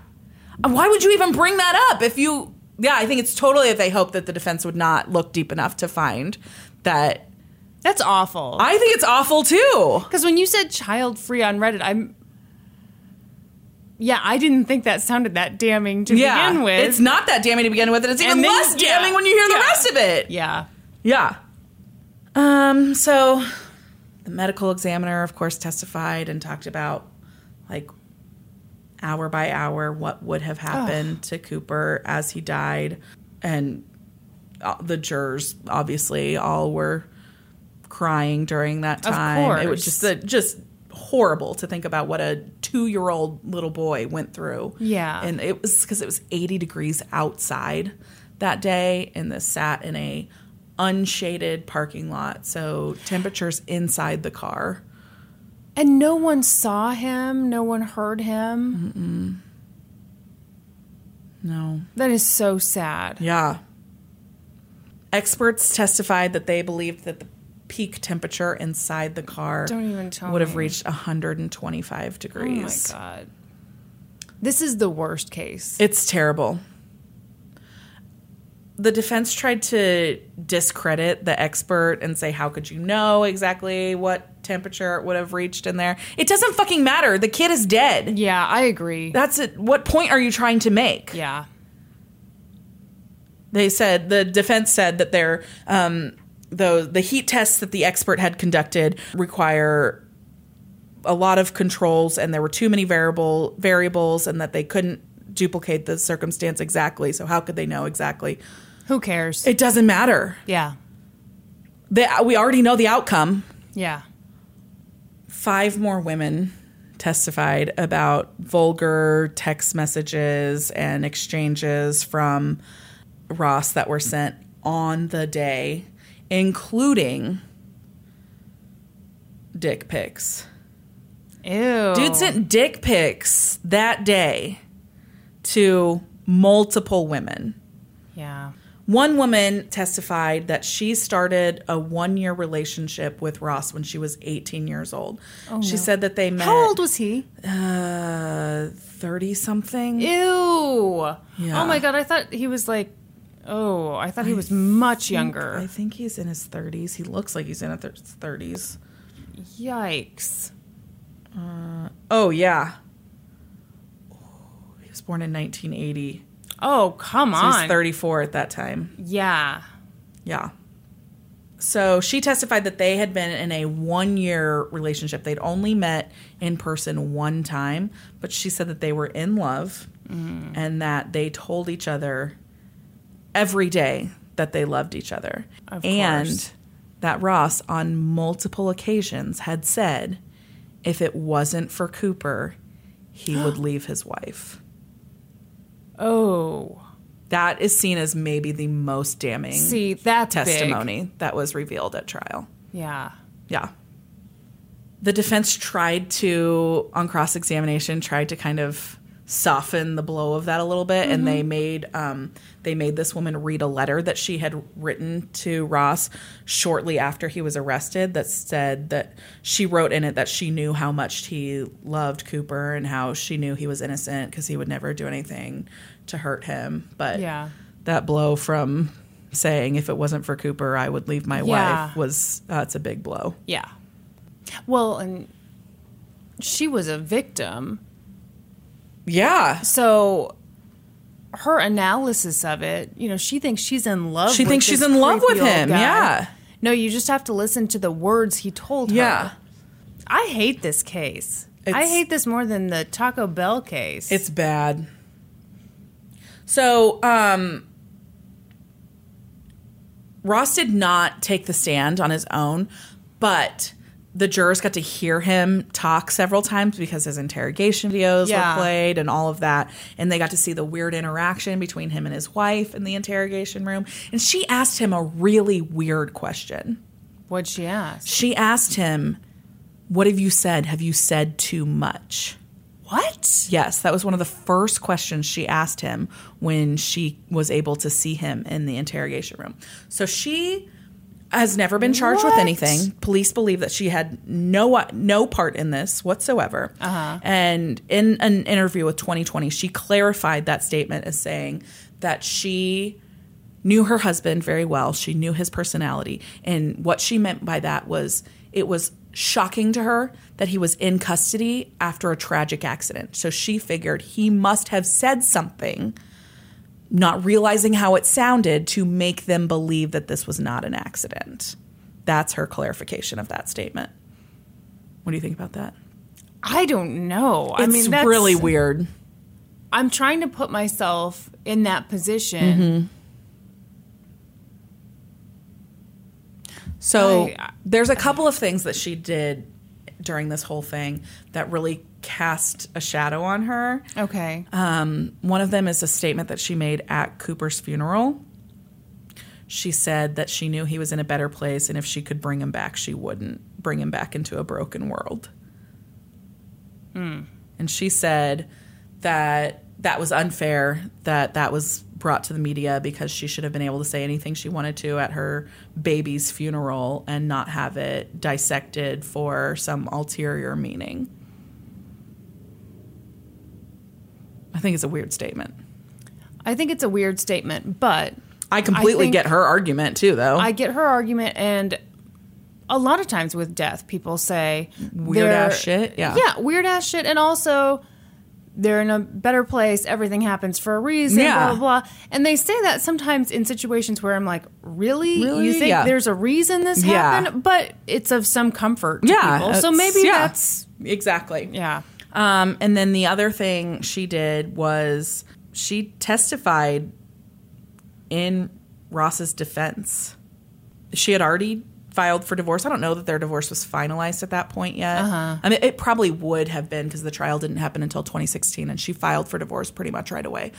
Speaker 2: Uh, Why would you even bring that up if you? Yeah, I think it's totally if they hope that the defense would not look deep enough to find that.
Speaker 1: That's awful.
Speaker 2: I think it's awful too.
Speaker 1: Because when you said child free on Reddit, I'm. Yeah, I didn't think that sounded that damning to
Speaker 2: Yeah,
Speaker 1: begin with.
Speaker 2: it's not that damning to begin with, and it's even
Speaker 1: And then-
Speaker 2: less
Speaker 1: yeah.
Speaker 2: damning when you hear the
Speaker 1: Yeah.
Speaker 2: rest of it.
Speaker 1: Yeah.
Speaker 2: Yeah. Um, so the medical examiner, of course, testified and talked about like hour by hour what would have happened to Cooper as he died. And uh, the jurors obviously all were crying during that
Speaker 1: Of
Speaker 2: time. It was
Speaker 1: course.
Speaker 2: just the, just horrible to think about what a two year old little boy went through.
Speaker 1: Yeah.
Speaker 2: And it was because it was 80 degrees outside that day, and this sat in a unshaded parking lot. So temperatures inside the car.
Speaker 1: And no one saw him, no one heard
Speaker 2: Mm-hmm.
Speaker 1: him.
Speaker 2: No.
Speaker 1: That is so sad.
Speaker 2: Yeah. Experts testified that they believed that the peak temperature inside the car
Speaker 1: Don't even tell
Speaker 2: would have
Speaker 1: me.
Speaker 2: reached 125
Speaker 1: Oh my
Speaker 2: degrees.
Speaker 1: God. This is the worst case.
Speaker 2: It's terrible. The defense tried to discredit the expert and say, how could you know exactly what temperature it would have reached in there? It doesn't fucking matter. The kid is dead.
Speaker 1: Yeah, I agree.
Speaker 2: That's it. What point are you trying to make?
Speaker 1: yeah.
Speaker 2: They said the defense said that their um, the the heat tests that the expert had conducted require a lot of controls and there were too many variable variables and that they couldn't duplicate the circumstance exactly. So how could they know exactly?
Speaker 1: Who cares?
Speaker 2: It doesn't matter.
Speaker 1: yeah.
Speaker 2: They, we already know the outcome.
Speaker 1: Yeah.
Speaker 2: Five more women testified about vulgar text messages and exchanges from Ross that were sent on the day, including dick pics.
Speaker 1: Ew.
Speaker 2: Dude sent dick pics that day to multiple women.
Speaker 1: Yeah.
Speaker 2: One woman testified that she started a one year relationship with Ross when she was 18 years old. she
Speaker 1: Oh, no.
Speaker 2: said that they met. uh,
Speaker 1: How old was he?
Speaker 2: 30 something.
Speaker 1: Ew. Oh my god, I thought he was like oh, I thought he was much
Speaker 2: I
Speaker 1: younger.
Speaker 2: think he's in his 30s. He looks like he's in his 30s.
Speaker 1: Yikes.
Speaker 2: Oh, yeah. Oh, he was born in 1980.
Speaker 1: Oh, come
Speaker 2: So
Speaker 1: on.
Speaker 2: he's 34 at that time.
Speaker 1: Yeah.
Speaker 2: Yeah. So she testified that they had been in a one year relationship. They'd only met in person one time, but she said that they were in love
Speaker 1: Mm.
Speaker 2: and that they told each other every day that they loved each other.
Speaker 1: Of
Speaker 2: and
Speaker 1: course.
Speaker 2: that Ross, on multiple occasions, had said if it wasn't for Cooper, he would leave his wife.
Speaker 1: Oh.
Speaker 2: That is seen as maybe the most damning
Speaker 1: See, that's big.
Speaker 2: testimony that was revealed at trial.
Speaker 1: Yeah.
Speaker 2: Yeah. The defense tried to, on cross examination, tried to kind of soften the blow of that a little bit, and
Speaker 1: Mm-hmm.
Speaker 2: they made um, they made this woman read a letter that she had written to Ross shortly after he was arrested. That said that she wrote in it that she knew how much he loved Cooper and how she knew he was innocent because he would never do anything to hurt him. But
Speaker 1: Yeah.
Speaker 2: that blow from saying if it wasn't for Cooper, I would leave my
Speaker 1: Yeah.
Speaker 2: wife was that's a big blow.
Speaker 1: Yeah. Well, and she was a victim.
Speaker 2: Yeah.
Speaker 1: So her analysis of it, you know, she thinks she's in love.
Speaker 2: She
Speaker 1: with
Speaker 2: thinks she's
Speaker 1: this
Speaker 2: in love with
Speaker 1: creepy old
Speaker 2: him,
Speaker 1: guy.
Speaker 2: yeah.
Speaker 1: No, you just have to listen to the words he told her.
Speaker 2: Yeah.
Speaker 1: I hate this case. I
Speaker 2: It's-
Speaker 1: hate this more than the Taco Bell case.
Speaker 2: It's bad. So, um, Ross did not take the stand on his own, but the jurors got to hear him talk several times because his interrogation videos
Speaker 1: Yeah.
Speaker 2: were played and all of that. And they got to see the weird interaction between him and his wife in the interrogation room. And she asked him a really weird question.
Speaker 1: what'd she ask?
Speaker 2: She asked him, What have you said? Have you said too much?
Speaker 1: What?
Speaker 2: Yes, that was one of the first questions she asked him when she was able to see him in the interrogation room. So she has never been charged with
Speaker 1: What?
Speaker 2: anything. Police believe that she had no no part in this whatsoever. Uh-huh. And in an interview with 2020, she clarified that statement as saying that she knew her husband very well. She knew his personality, and what she meant by that was it was shocking to her that he was in custody after a tragic accident. So she figured he must have said something not realizing how it sounded to make them believe that this was not an accident. That's her clarification of that statement. What do you think about that?
Speaker 1: I don't know. I
Speaker 2: It's
Speaker 1: mean, that's,
Speaker 2: really weird.
Speaker 1: I'm trying to put myself in that position.
Speaker 2: So
Speaker 1: I-
Speaker 2: there's a couple of things that she did during this whole thing that really cast a shadow on her.
Speaker 1: Okay.
Speaker 2: Um, one of them is a statement that she made at Cooper's funeral. She said that she knew he was in a better place, and if she could bring him back, she wouldn't bring him back into a broken world.
Speaker 1: Hmm.
Speaker 2: And she said that that was unfair, that that was brought to the media because she should have been able to say anything she wanted to at her baby's funeral and not have it dissected for some ulterior meaning. I think it's a weird statement.
Speaker 1: I think it's a weird statement, but
Speaker 2: I completely
Speaker 1: think-
Speaker 2: get her argument too, though.
Speaker 1: I get her argument, and a lot of times with death, people say
Speaker 2: Weird
Speaker 1: they're-
Speaker 2: ass shit, yeah.
Speaker 1: yeah, weird ass shit, and also they're in a better place. Everything happens for a reason.
Speaker 2: Yeah.
Speaker 1: Blah, blah blah. And they say that sometimes in situations where I'm like, really,
Speaker 2: Really?
Speaker 1: you think
Speaker 2: Yeah.
Speaker 1: there's a reason this
Speaker 2: Yeah.
Speaker 1: happened? But it's of some comfort to
Speaker 2: Yeah,
Speaker 1: people. So
Speaker 2: it's-
Speaker 1: maybe
Speaker 2: yeah.
Speaker 1: that's
Speaker 2: Exactly.
Speaker 1: Yeah.
Speaker 2: Um, and then the other thing she did was she testified in Ross's defense. She had already filed for divorce. I don't know that their divorce was finalized at that point yet.
Speaker 1: Uh-huh.
Speaker 2: I mean, it probably would have been because the trial didn't happen until 2016, and she filed for divorce pretty much right away.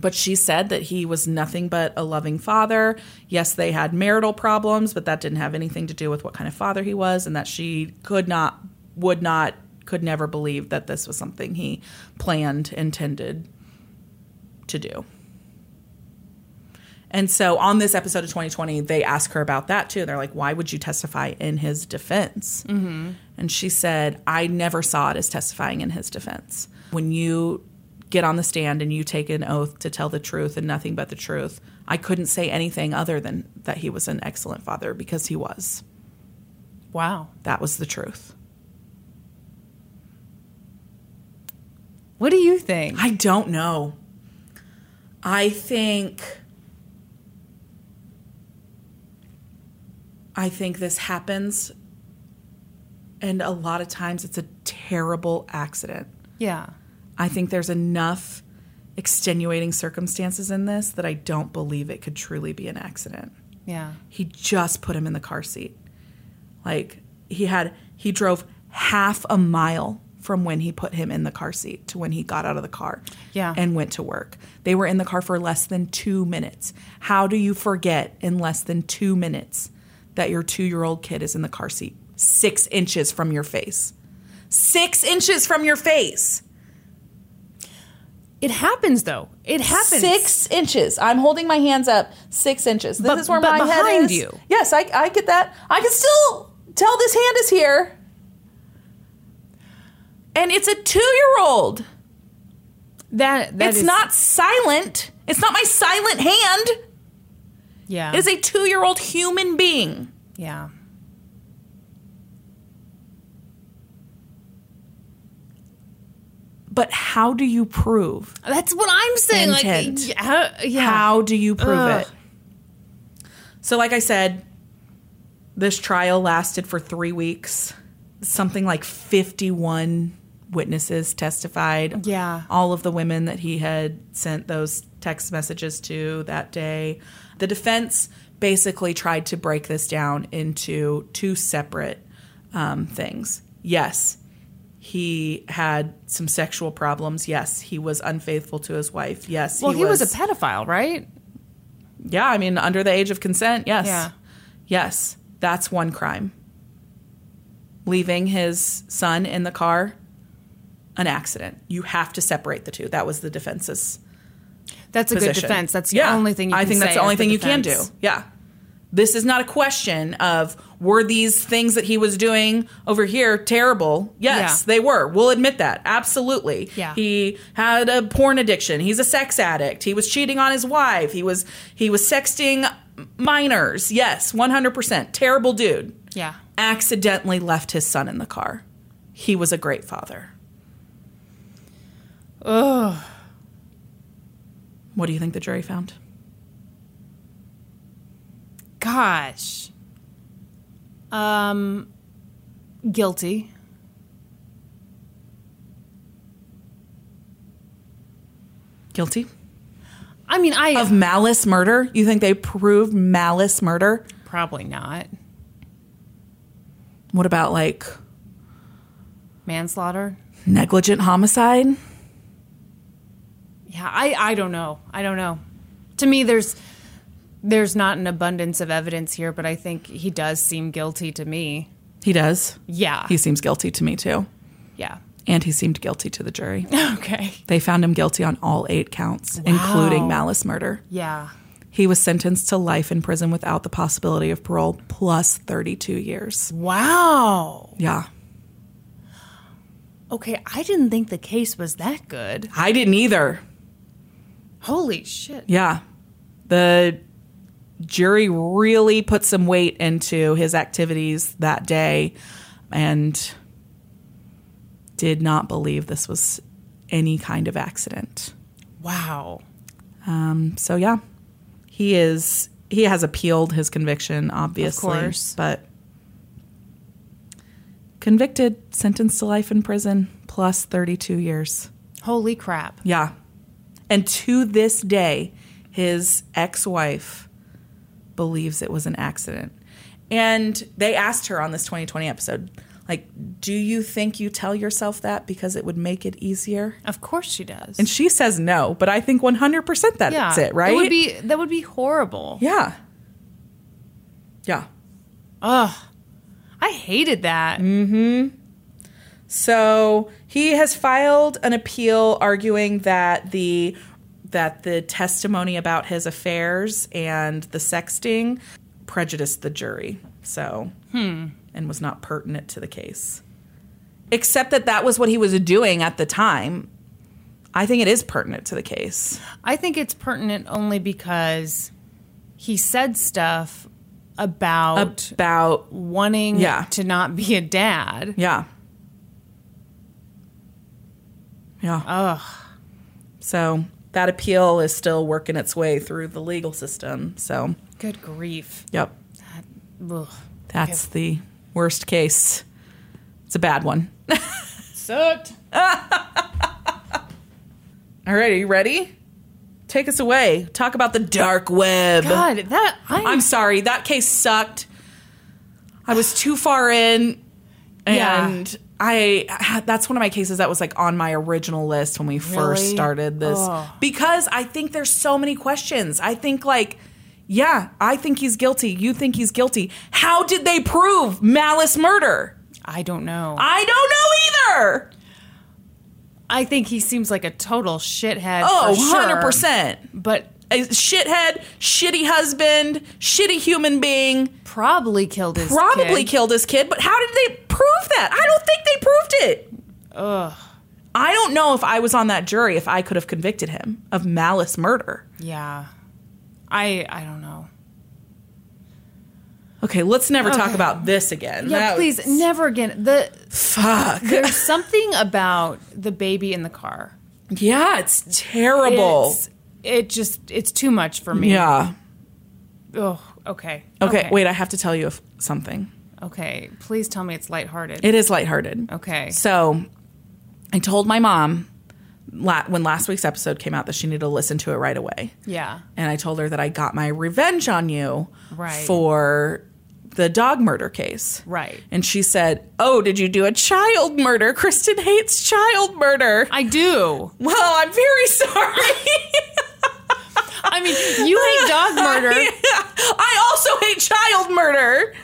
Speaker 2: But she said that he was nothing but a loving father. Yes, they had marital problems, but that didn't have anything to do with what kind of father he was, and that she could not, would not, could never believe that this was something he planned, intended to do. And so on this episode of 2020, they ask her about that too. They're like, why would you testify in his defense? Mm-hmm. And she said, I never saw it as testifying in his defense. When you get on the stand and you take an oath to tell the truth and nothing but the truth, I couldn't say anything other than that he was an excellent father because he was.
Speaker 1: Wow.
Speaker 2: That was the truth.
Speaker 1: What do you think?
Speaker 2: I don't know. I think. I think this happens. And a lot of times it's a terrible accident.
Speaker 1: Yeah.
Speaker 2: I think there's enough extenuating circumstances in this that I don't believe it could truly be an accident.
Speaker 1: Yeah.
Speaker 2: He just put him in the car seat. Like he had he drove half a mile from when he put him in the car seat to when he got out of the car
Speaker 1: Yeah.
Speaker 2: and went to work. They were in the car for less than 2 minutes. How do you forget in less than 2 minutes that your 2-year-old kid is in the car seat 6 inches from your face? 6 inches from your face.
Speaker 1: It happens though. It happens.
Speaker 2: Six inches. I'm holding my hands up six inches. This
Speaker 1: But-
Speaker 2: is where
Speaker 1: but
Speaker 2: my head
Speaker 1: behind
Speaker 2: is.
Speaker 1: you.
Speaker 2: Yes, I, I get that. I can still tell this hand is here. And it's a two year old.
Speaker 1: That that
Speaker 2: It's
Speaker 1: is-
Speaker 2: not silent. It's not my silent hand.
Speaker 1: Yeah.
Speaker 2: It is a two year old human being.
Speaker 1: yeah.
Speaker 2: But how do you prove?
Speaker 1: That's what I'm saying.
Speaker 2: Intent.
Speaker 1: Like, how, yeah.
Speaker 2: How do you prove
Speaker 1: Ugh.
Speaker 2: it? So, like I said, this trial lasted for three weeks. Something like 51 witnesses testified.
Speaker 1: Yeah.
Speaker 2: All of the women that he had sent those text messages to that day. The defense basically tried to break this down into two separate um, things. Yes, he had some sexual problems. Yes, he was unfaithful to his wife. Yes,
Speaker 1: Well, he, was, a pedophile, right?
Speaker 2: yeah, I mean, under the age of consent, yes.
Speaker 1: Yeah.
Speaker 2: Yes, that's one crime. Leaving his son in the car, an accident. You have to separate the two. That was the defense's
Speaker 1: That's a good
Speaker 2: position.
Speaker 1: defense. That's the
Speaker 2: Yeah.
Speaker 1: only thing you
Speaker 2: I
Speaker 1: can
Speaker 2: think that's
Speaker 1: say
Speaker 2: the only
Speaker 1: as
Speaker 2: thing you can do.
Speaker 1: defense.
Speaker 2: Yeah. This is not a question of were these things that he was doing over here terrible? Yes,
Speaker 1: Yeah.
Speaker 2: they were. We'll admit that. Absolutely.
Speaker 1: Yeah.
Speaker 2: He had a porn addiction. He's a sex addict. He was cheating on his wife. He was he was sexting minors. Yes, 100%. Terrible dude.
Speaker 1: Yeah.
Speaker 2: Accidentally left his son in the car. He was a great father.
Speaker 1: Ugh.
Speaker 2: What do you think the jury found?
Speaker 1: Gosh. Um. Guilty.
Speaker 2: Guilty?
Speaker 1: I mean, I
Speaker 2: of malice murder? You think they proved malice murder?
Speaker 1: probably not
Speaker 2: What about like
Speaker 1: manslaughter.
Speaker 2: negligent homicide?
Speaker 1: Yeah, I I don't know. I don't know. To me, there's there's not an abundance of evidence here, but I think he does seem guilty to me.
Speaker 2: He does.
Speaker 1: Yeah.
Speaker 2: He seems guilty to me too.
Speaker 1: yeah.
Speaker 2: And he seemed guilty to the jury.
Speaker 1: Okay.
Speaker 2: They found him guilty on all eight counts, including
Speaker 1: Wow.
Speaker 2: malice murder.
Speaker 1: Yeah.
Speaker 2: He was sentenced to life in prison without the possibility of parole plus 32 years.
Speaker 1: Wow.
Speaker 2: Yeah.
Speaker 1: Okay, I didn't think the case was that good.
Speaker 2: I didn't either.
Speaker 1: Holy shit.
Speaker 2: Yeah. The jury really put some weight into his activities that day and did not believe this was any kind of accident.
Speaker 1: Wow.
Speaker 2: Um, so yeah. He is he has appealed his conviction obviously,
Speaker 1: course.
Speaker 2: but Convicted, sentenced to life in prison, plus 32 years.
Speaker 1: Holy crap.
Speaker 2: Yeah. And to this day, his ex wife believes it was an accident. And they asked her on this 2020 episode, like, do you think you tell yourself that because it would make it easier?
Speaker 1: Of course she does.
Speaker 2: And she says no, but I think 100% that's it, right?
Speaker 1: That would be that would be horrible.
Speaker 2: yeah. Yeah.
Speaker 1: Ugh. I hated that.
Speaker 2: Mm. So he has filed an appeal arguing that the that the testimony about his affairs and the sexting prejudiced the jury. So and was not pertinent to the case. Except that that was what he was doing at the time. I think it is pertinent to the case.
Speaker 1: I think it's pertinent only because he said stuff about
Speaker 2: About
Speaker 1: wanting
Speaker 2: Yeah.
Speaker 1: to not be a dad.
Speaker 2: yeah. Yeah.
Speaker 1: Ugh.
Speaker 2: So that appeal is still working its way through the legal system. So,
Speaker 1: Good grief.
Speaker 2: yep.
Speaker 1: Ugh.
Speaker 2: That's the worst case. It's a bad one.
Speaker 1: Sucked.
Speaker 2: All right, are you ready? Take us away. Talk about the dark web.
Speaker 1: God, that I
Speaker 2: I'm sorry, that case sucked. I was too far in
Speaker 1: Yeah.
Speaker 2: and I that's one of my cases that was like on my original list when we first
Speaker 1: Really? Oh.
Speaker 2: started this
Speaker 1: Ugh.
Speaker 2: because I think there's so many questions. I think like yeah, I think he's guilty. You think he's guilty. How did they prove malice murder?
Speaker 1: I don't know.
Speaker 2: I don't know either.
Speaker 1: I think he seems like a total shithead.
Speaker 2: Oh,
Speaker 1: for sure,
Speaker 2: 100%.
Speaker 1: But
Speaker 2: A shithead, shitty husband, shitty human being.
Speaker 1: probably killed his
Speaker 2: Probably
Speaker 1: kid.
Speaker 2: killed his kid, but how did they prove that? I don't think they proved it.
Speaker 1: Ugh.
Speaker 2: I don't know if I was on that jury if I could have convicted him of malice murder.
Speaker 1: Yeah. I I don't know.
Speaker 2: Okay, let's never talk
Speaker 1: Okay.
Speaker 2: about this again.
Speaker 1: Yeah,
Speaker 2: That
Speaker 1: please,
Speaker 2: was-
Speaker 1: never again. The
Speaker 2: Fuck.
Speaker 1: there's something about the baby in the car.
Speaker 2: Yeah, it's terrible.
Speaker 1: It's, it just it's too much for me.
Speaker 2: yeah.
Speaker 1: Oh, okay.
Speaker 2: Okay, wait, I have to tell you if- something.
Speaker 1: Okay, please tell me it's lighthearted.
Speaker 2: It is lighthearted.
Speaker 1: okay.
Speaker 2: So I told my mom la- when last week's episode came out that she needed to listen to it right away.
Speaker 1: Yeah.
Speaker 2: And I told her that I got my revenge on you
Speaker 1: Right.
Speaker 2: for the dog murder case.
Speaker 1: Right.
Speaker 2: And she said, Oh, did you do a child murder? Kristen hates child murder.
Speaker 1: I do.
Speaker 2: well, I'm very sorry.
Speaker 1: I mean, you hate dog murder.
Speaker 2: I also hate child murder.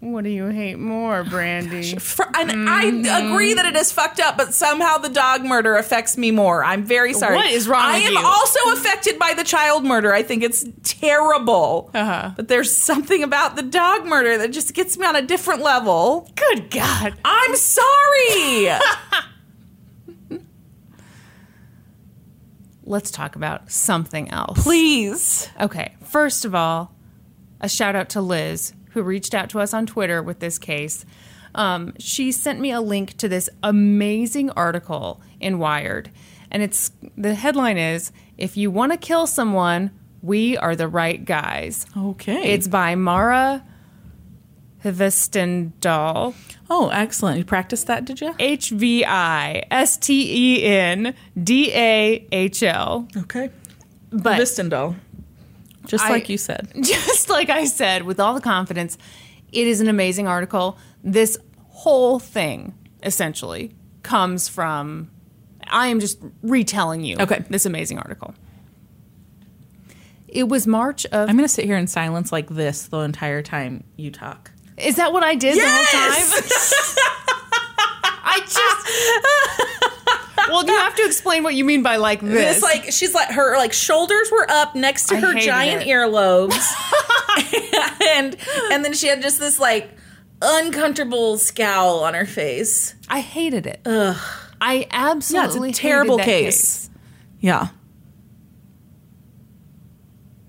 Speaker 1: What do you hate more, Brandy?
Speaker 2: Fr- And I
Speaker 1: Mm-hmm.
Speaker 2: agree that it is fucked up, but somehow the dog murder affects me more. I'm very sorry.
Speaker 1: What is wrong
Speaker 2: I
Speaker 1: with
Speaker 2: am
Speaker 1: you?
Speaker 2: also affected by the child murder. I think it's terrible.
Speaker 1: Uh-huh.
Speaker 2: But there's something about the dog murder that just gets me on a different level.
Speaker 1: Good God.
Speaker 2: I'm sorry.
Speaker 1: Let's talk about something else.
Speaker 2: Please.
Speaker 1: Okay. First of all, a shout out to Liz, who reached out to us on Twitter with this case. Um, she sent me a link to this amazing article in Wired. And it's the headline is If you want to kill someone, we are the right guys.
Speaker 2: Okay.
Speaker 1: It's by Mara Hvistendahl.
Speaker 2: oh, excellent. You practiced that, did you?
Speaker 1: H V I S T E N D A H L.
Speaker 2: Okay.
Speaker 1: But
Speaker 2: Vistendal. Just
Speaker 1: I-
Speaker 2: like you said.
Speaker 1: just like I said, with all the confidence, it is an amazing article. This whole thing essentially comes from, I am just retelling you
Speaker 2: Okay.
Speaker 1: this amazing article. It was March of.
Speaker 2: I'm going to sit here in silence like this the entire time you talk.
Speaker 1: is that what I did the whole time? I just. well, you have to explain what you mean by like this.
Speaker 2: It's like she's like her like shoulders were up next to
Speaker 1: I
Speaker 2: her
Speaker 1: hated
Speaker 2: giant
Speaker 1: it.
Speaker 2: earlobes, and and then she had just this like uncomfortable scowl on her face.
Speaker 1: I hated it. Ugh. I absolutely hated that
Speaker 2: Yeah,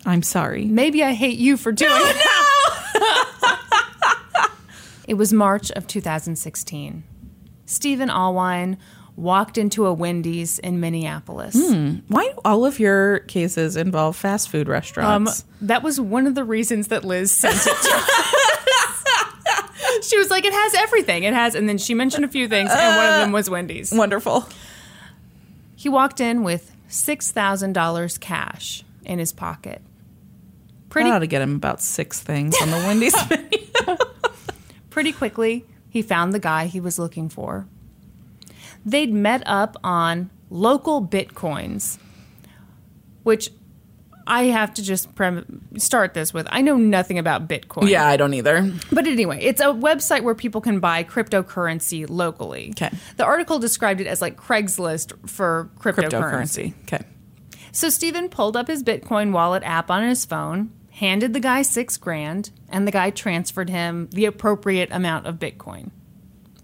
Speaker 2: I'm sorry.
Speaker 1: Maybe I hate you for doing it. it was March of 2016. Stephen Allwine walked into a Wendy's in Minneapolis.
Speaker 2: Why do all of your cases involve fast food
Speaker 1: Um,
Speaker 2: restaurants?
Speaker 1: that was one of the reasons that Liz sent it to us. she was like, it has everything. It has. And then she mentioned a few things, and one of them was Wendy's.
Speaker 2: Wonderful.
Speaker 1: He walked in with $6,000 cash in his pocket. Pretty
Speaker 2: I ought to get him about six things on the Wendy's menu.
Speaker 1: Pretty quickly, he found the guy he was looking for. They'd met up on local bitcoins, which I have to just prem- start this with. I know nothing about Bitcoin.
Speaker 2: Yeah, I don't either.
Speaker 1: But anyway, it's a website where people can buy cryptocurrency locally.
Speaker 2: Okay.
Speaker 1: The article described it as like Craigslist for cryptocurrency.
Speaker 2: Cryptocurrency. Okay.
Speaker 1: So Steven pulled up his Bitcoin wallet app on his phone, handed the guy six grand, and the guy transferred him the appropriate amount of Bitcoin.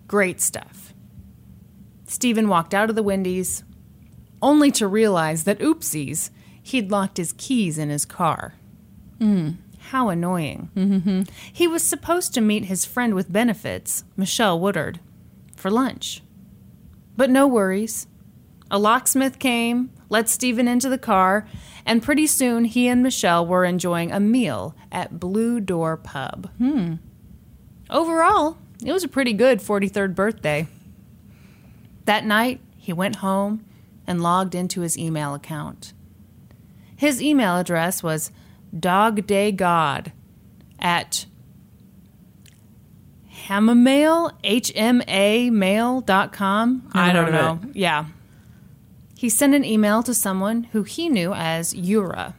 Speaker 1: Great stuff. Steven walked out of the Wendy's, only to realize that oopsies, he'd locked his keys in his car. Hmm, How annoying. He was supposed to meet his friend with benefits, Michelle Woodard, for lunch. But no worries. A locksmith came, let Stephen into the car, and pretty soon he and Michelle were enjoying a meal at Blue Door Pub. Hmm. Overall, it was a pretty good 43rd birthday. That night, he went home and logged into his email account. His email address was dogdaygod at hamamail, H-M-A mail.com. I
Speaker 2: Never
Speaker 1: don't
Speaker 2: heard of
Speaker 1: know. Yeah. He sent an email to someone who he knew as Yura.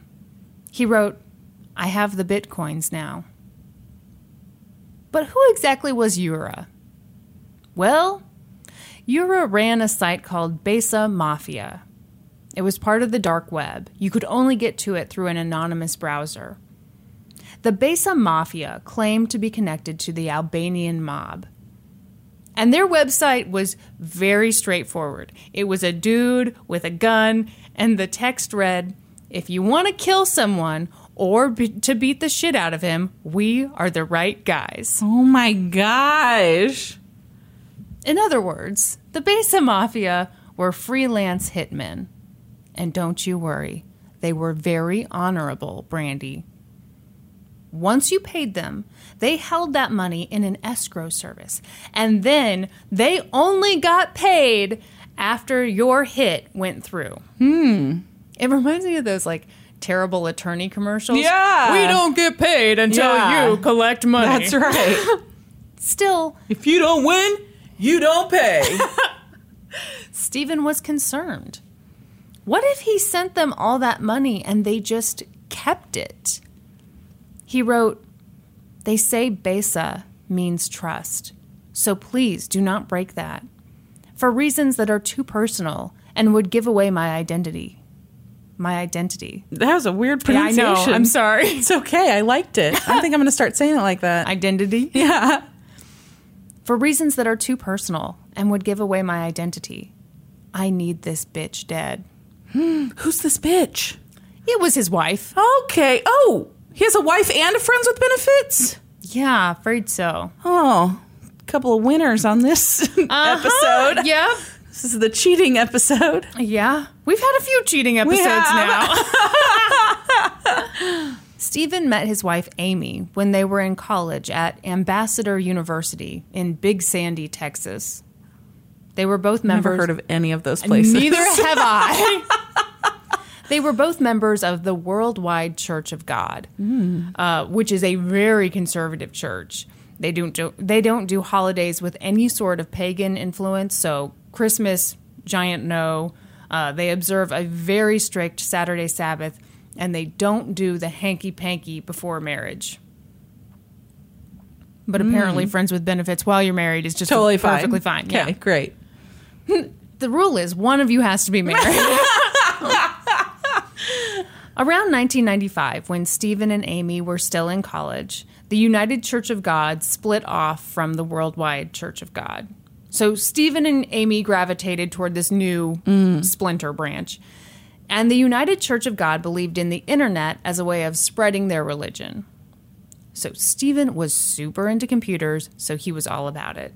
Speaker 1: He wrote, I have the bitcoins now. But who exactly was Yura? Well, Yura ran a site called Besa Mafia. It was part of the dark web. You could only get to it through an anonymous browser. The Besa Mafia claimed to be connected to the Albanian mob. And their website was very straightforward. It was a dude with a gun, and the text read If you want to kill someone or be- to beat the shit out of him, we are the right guys.
Speaker 2: Oh my gosh.
Speaker 1: In other words, the Besa Mafia were freelance hitmen. And don't you worry, they were very honorable, Brandy. Once you paid them, they held that money in an escrow service. And then they only got paid after your hit went through. Hmm. It reminds me of those like terrible attorney commercials.
Speaker 2: Yeah.
Speaker 1: We don't get paid until
Speaker 2: Yeah.
Speaker 1: you collect money.
Speaker 2: That's right.
Speaker 1: Still,
Speaker 2: if you don't win, you don't pay.
Speaker 1: Stephen was concerned. What if he sent them all that money and they just kept it? He wrote, They say Besa means trust, so please do not break that for reasons that are too personal and would give away my identity. My identity.
Speaker 2: that was a weird
Speaker 1: Yeah, I
Speaker 2: pronunciation.
Speaker 1: know. I'm sorry.
Speaker 2: It's okay. I liked it. I think I'm going to start saying it like that.
Speaker 1: Identity?
Speaker 2: yeah.
Speaker 1: For reasons that are too personal and would give away my identity. I need this bitch dead.
Speaker 2: Who's this bitch?
Speaker 1: It was his wife.
Speaker 2: Okay. Oh, he has a wife and a friends with benefits.
Speaker 1: Yeah, afraid so.
Speaker 2: Oh, couple of winners on this
Speaker 1: Uh-huh.
Speaker 2: episode.
Speaker 1: Yeah.
Speaker 2: This is the cheating episode.
Speaker 1: Yeah. We've had a few cheating episodes now.
Speaker 2: have.
Speaker 1: Stephen met his wife Amy when they were in college at Ambassador University in Big Sandy, Texas. They were both members.
Speaker 2: Never heard of any of those places.
Speaker 1: Neither have I. they were both members of the Worldwide Church of God,
Speaker 2: Hmm.
Speaker 1: uh, which is a very conservative church. They don't do, they don't do holidays with any sort of pagan influence. So Christmas, giant no. Uh, they observe a very strict Saturday Sabbath, and they don't do the hanky panky before marriage. But apparently, friends with benefits while you're married is just
Speaker 2: Hmm. Totally fine.
Speaker 1: perfectly fine.
Speaker 2: Okay,
Speaker 1: Yeah
Speaker 2: great.
Speaker 1: the rule is one of you has to be married. Around 1995, when Stephen and Amy were still in college, the United Church of God split off from the Worldwide Church of God. So Stephen and Amy gravitated toward this new splinter branch. And the United Church of God believed in the internet as a way of spreading their religion. So Stephen was super into computers, so he was all about it.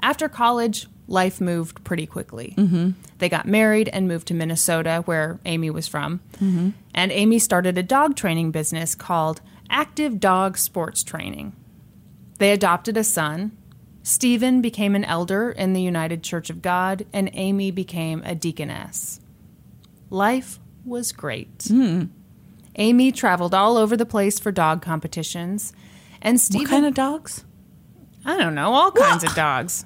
Speaker 1: After college, life moved pretty quickly. Mm-hmm. They got married and moved to Minnesota, where Amy was from. Mm-hmm. And Amy started a dog training business called Active Dog Sports Training. They adopted a son. Stephen became an elder in the United Church of God, and Amy became a deaconess. Life was great.
Speaker 2: Mm-hmm.
Speaker 1: Amy traveled all over the place for dog competitions, and Stephen.
Speaker 2: What kind of dogs?
Speaker 1: I don't know, all kinds of dogs.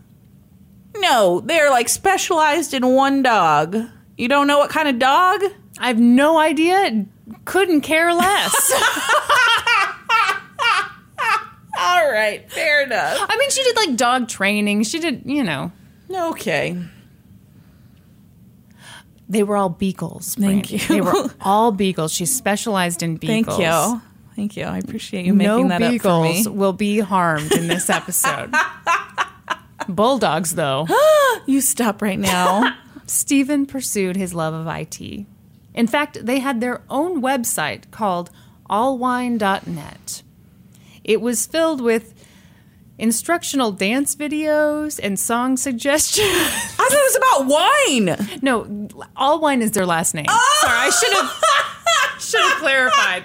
Speaker 2: No, they're like specialized in one dog. You don't know what kind of dog?
Speaker 1: I've no idea. Couldn't care less.
Speaker 2: All right, fair enough.
Speaker 1: I mean, she did like dog training. She did, you know.
Speaker 2: Okay.
Speaker 1: They were all beagles.
Speaker 2: Thank
Speaker 1: Brandy.
Speaker 2: you.
Speaker 1: They were all beagles. She specialized in
Speaker 2: Thank
Speaker 1: beagles.
Speaker 2: you. Thank you. I appreciate you making
Speaker 1: no
Speaker 2: that
Speaker 1: beagles
Speaker 2: up
Speaker 1: will be harmed in this episode. Bulldogs, though.
Speaker 2: for me. You stop right now.
Speaker 1: Stephen pursued his love of IT. In fact, they had their own website called allwine.net. It was filled with instructional dance videos and song suggestions.
Speaker 2: I thought it was about wine.
Speaker 1: No, all wine is their last name. Sorry, I should have should have clarified.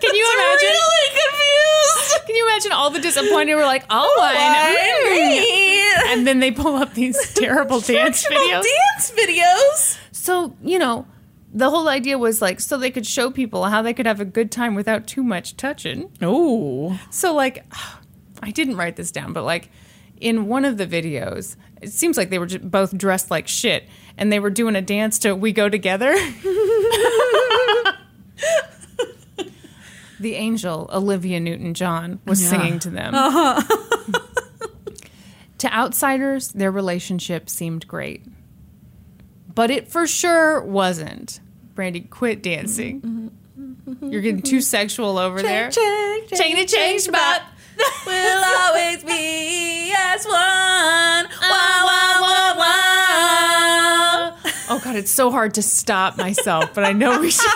Speaker 1: Can you imagine?
Speaker 2: Really confused.
Speaker 1: Can you imagine all the disappointed? We're like, all wine, mm.
Speaker 2: Wine.
Speaker 1: and then they pull up these terrible dance videos.
Speaker 2: Instructional Dance videos.
Speaker 1: so you know, the whole idea was like, so they could show people how they could have a good time without too much touching.
Speaker 2: Oh.
Speaker 1: So like, I didn't write this down, but like in one of the videos, it seems like they were ju- both dressed like shit, and they were doing a dance to "We Go Together." the angel Olivia Newton-John was
Speaker 2: Yeah. Uh-huh.
Speaker 1: singing to them. to outsiders, their relationship seemed great, but it for sure wasn't. Brandy, quit dancing. You're getting too sexual over there.
Speaker 2: Mm-hmm. Change,
Speaker 1: Change it, change bop.
Speaker 2: We'll always be as one. Wah, wah, wah, wah.
Speaker 1: Oh god, it's so hard to stop myself, but I know we should.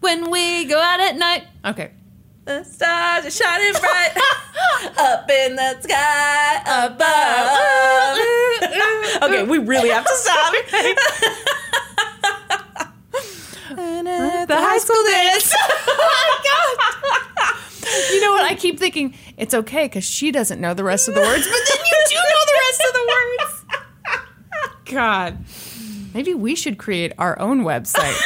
Speaker 1: when we go out at night. Okay.
Speaker 2: The stars are shining bright up in the sky above. okay, we really have to stop. the high school dance.
Speaker 1: You know what? I keep thinking it's okay because she doesn't know the rest of the words, but then you do know the rest of the words. God. Maybe we should create our own website.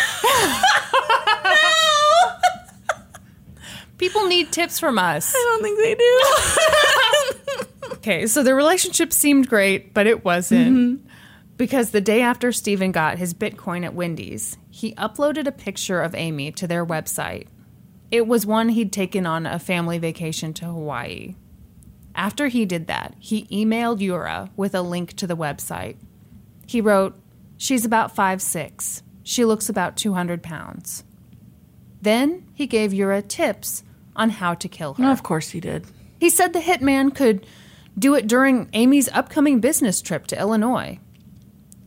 Speaker 1: People need tips from us.
Speaker 2: I don't think they do.
Speaker 1: Okay, so their relationship seemed great, but it wasn't. Because the day after Steven got his Bitcoin at Wendy's, he uploaded a picture of Amy to their website. It was one he'd taken on a family vacation to Hawaii. After he did that, he emailed Yura with a link to the website. He wrote, She's about 5'6. She looks about 200 pounds. Then he gave Yura tips on how to kill her.
Speaker 2: of course he did.
Speaker 1: He said the hitman could do it during Amy's upcoming business trip to Illinois.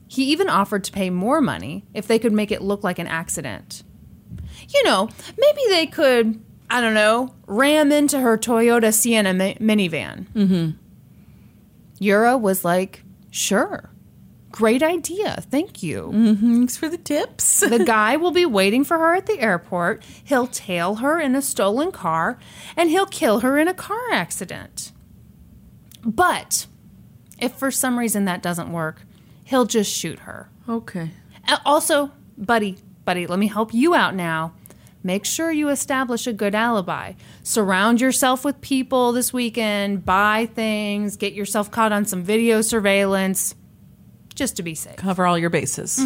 Speaker 1: He even offered to pay more money if they could make it look like an accident. You know, maybe they could, I don't know, ram into her Toyota Sienna mi- minivan. Mm-hmm. Yura was like, sure. Great idea. Thank you.
Speaker 2: Thanks for the tips.
Speaker 1: The guy will be waiting for her at the airport. He'll tail her in a stolen car and he'll kill her in a car accident. But if for some reason that doesn't work, he'll just shoot her.
Speaker 2: Okay.
Speaker 1: Uh, Also, buddy, buddy, let me help you out now. Make sure you establish a good alibi. Surround yourself with people this weekend, buy things, get yourself caught on some video surveillance just to be safe.
Speaker 2: Cover all your bases.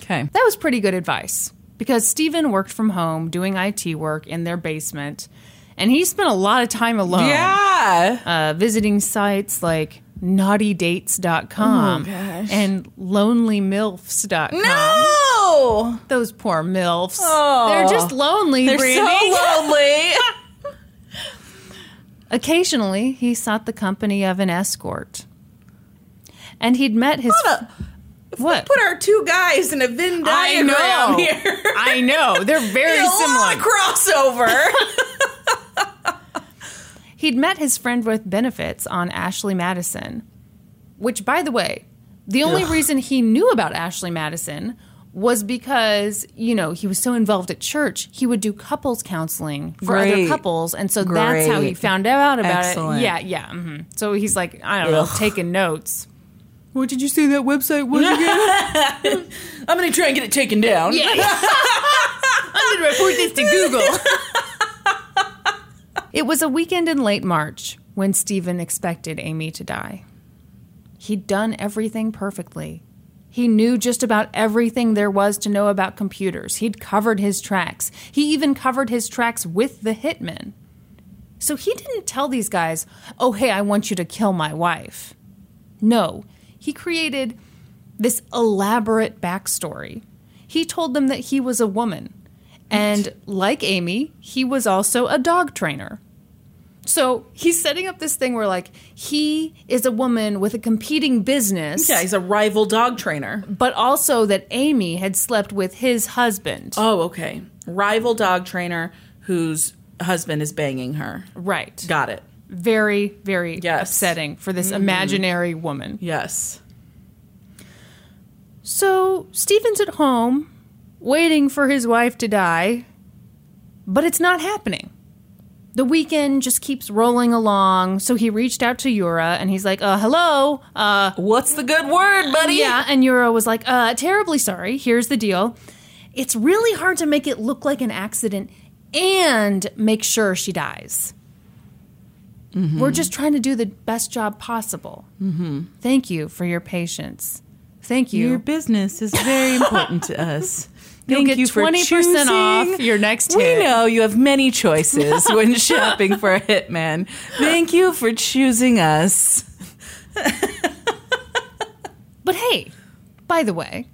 Speaker 2: Okay.
Speaker 1: That was pretty good advice because Steven worked from home doing IT work in their basement and he spent a lot of time alone
Speaker 2: Yeah.
Speaker 1: uh, visiting sites like naughtydates.com
Speaker 2: Oh, gosh.
Speaker 1: and lonelymilfs.com.
Speaker 2: No.
Speaker 1: Those poor MILFs.
Speaker 2: Oh.
Speaker 1: They're just lonely,
Speaker 2: They're
Speaker 1: Brandy.
Speaker 2: so lonely.
Speaker 1: Occasionally, he sought the company of an escort. And he'd met his.
Speaker 2: Hold up.
Speaker 1: what?
Speaker 2: Put our two guys in a Venn
Speaker 1: I
Speaker 2: diagram
Speaker 1: know.
Speaker 2: here.
Speaker 1: I know. They're very
Speaker 2: There's a
Speaker 1: similar.
Speaker 2: lot of crossover.
Speaker 1: He'd met his friend with benefits on Ashley Madison, which, by the way, the only reason he knew about Ashley Madison was because, you know, he was so involved at church, he would do couples counseling for other
Speaker 2: Great.
Speaker 1: couples. And so that's how he
Speaker 2: Great.
Speaker 1: found out about
Speaker 2: Excellent.
Speaker 1: it. Yeah, yeah. mhm. So he's like, I don't know, taking notes. What did you say that website was again?
Speaker 2: I'm gonna try and get it taken down.
Speaker 1: yeah. I'm going to report this to Google. it was a weekend in late March when Stephen expected Amy to die. He'd done everything perfectly. He knew just about everything there was to know about computers. He'd covered his tracks. He even covered his tracks with the hitman. So he didn't tell these guys, oh, hey, I want you to kill my wife. No, he created this elaborate backstory. He told them that he was a woman. And like Amy, he was also a dog trainer. So he's setting up this thing where, like, he is a woman with a competing business,
Speaker 2: Yeah, he's a rival dog trainer.
Speaker 1: but also that Amy had slept with his husband.
Speaker 2: Oh, okay. Rival dog trainer whose husband is banging her.
Speaker 1: right.
Speaker 2: Got it.
Speaker 1: Very, very
Speaker 2: Yes. Mm-hmm.
Speaker 1: upsetting for this imaginary woman.
Speaker 2: Yes.
Speaker 1: So Stephen's at home waiting for his wife to die, but it's not happening. The weekend just keeps rolling along, so he reached out to Yura and he's like, uh, hello. Uh,
Speaker 2: What's the good word, buddy?
Speaker 1: yeah. And Yura was like, uh, terribly sorry. Here's the deal. It's really hard to make it look like an accident and make sure she dies. We're just trying to do the best job possible. Mm-hmm. Thank you for your patience. Thank you.
Speaker 3: Your business is very important to us.
Speaker 1: You'll
Speaker 3: Thank
Speaker 1: get
Speaker 3: you for
Speaker 1: 20%
Speaker 3: choosing.
Speaker 1: off your next
Speaker 3: We
Speaker 1: hit.
Speaker 3: know you have many choices when shopping for a hitman. Thank you for choosing us.
Speaker 1: But hey, by the way,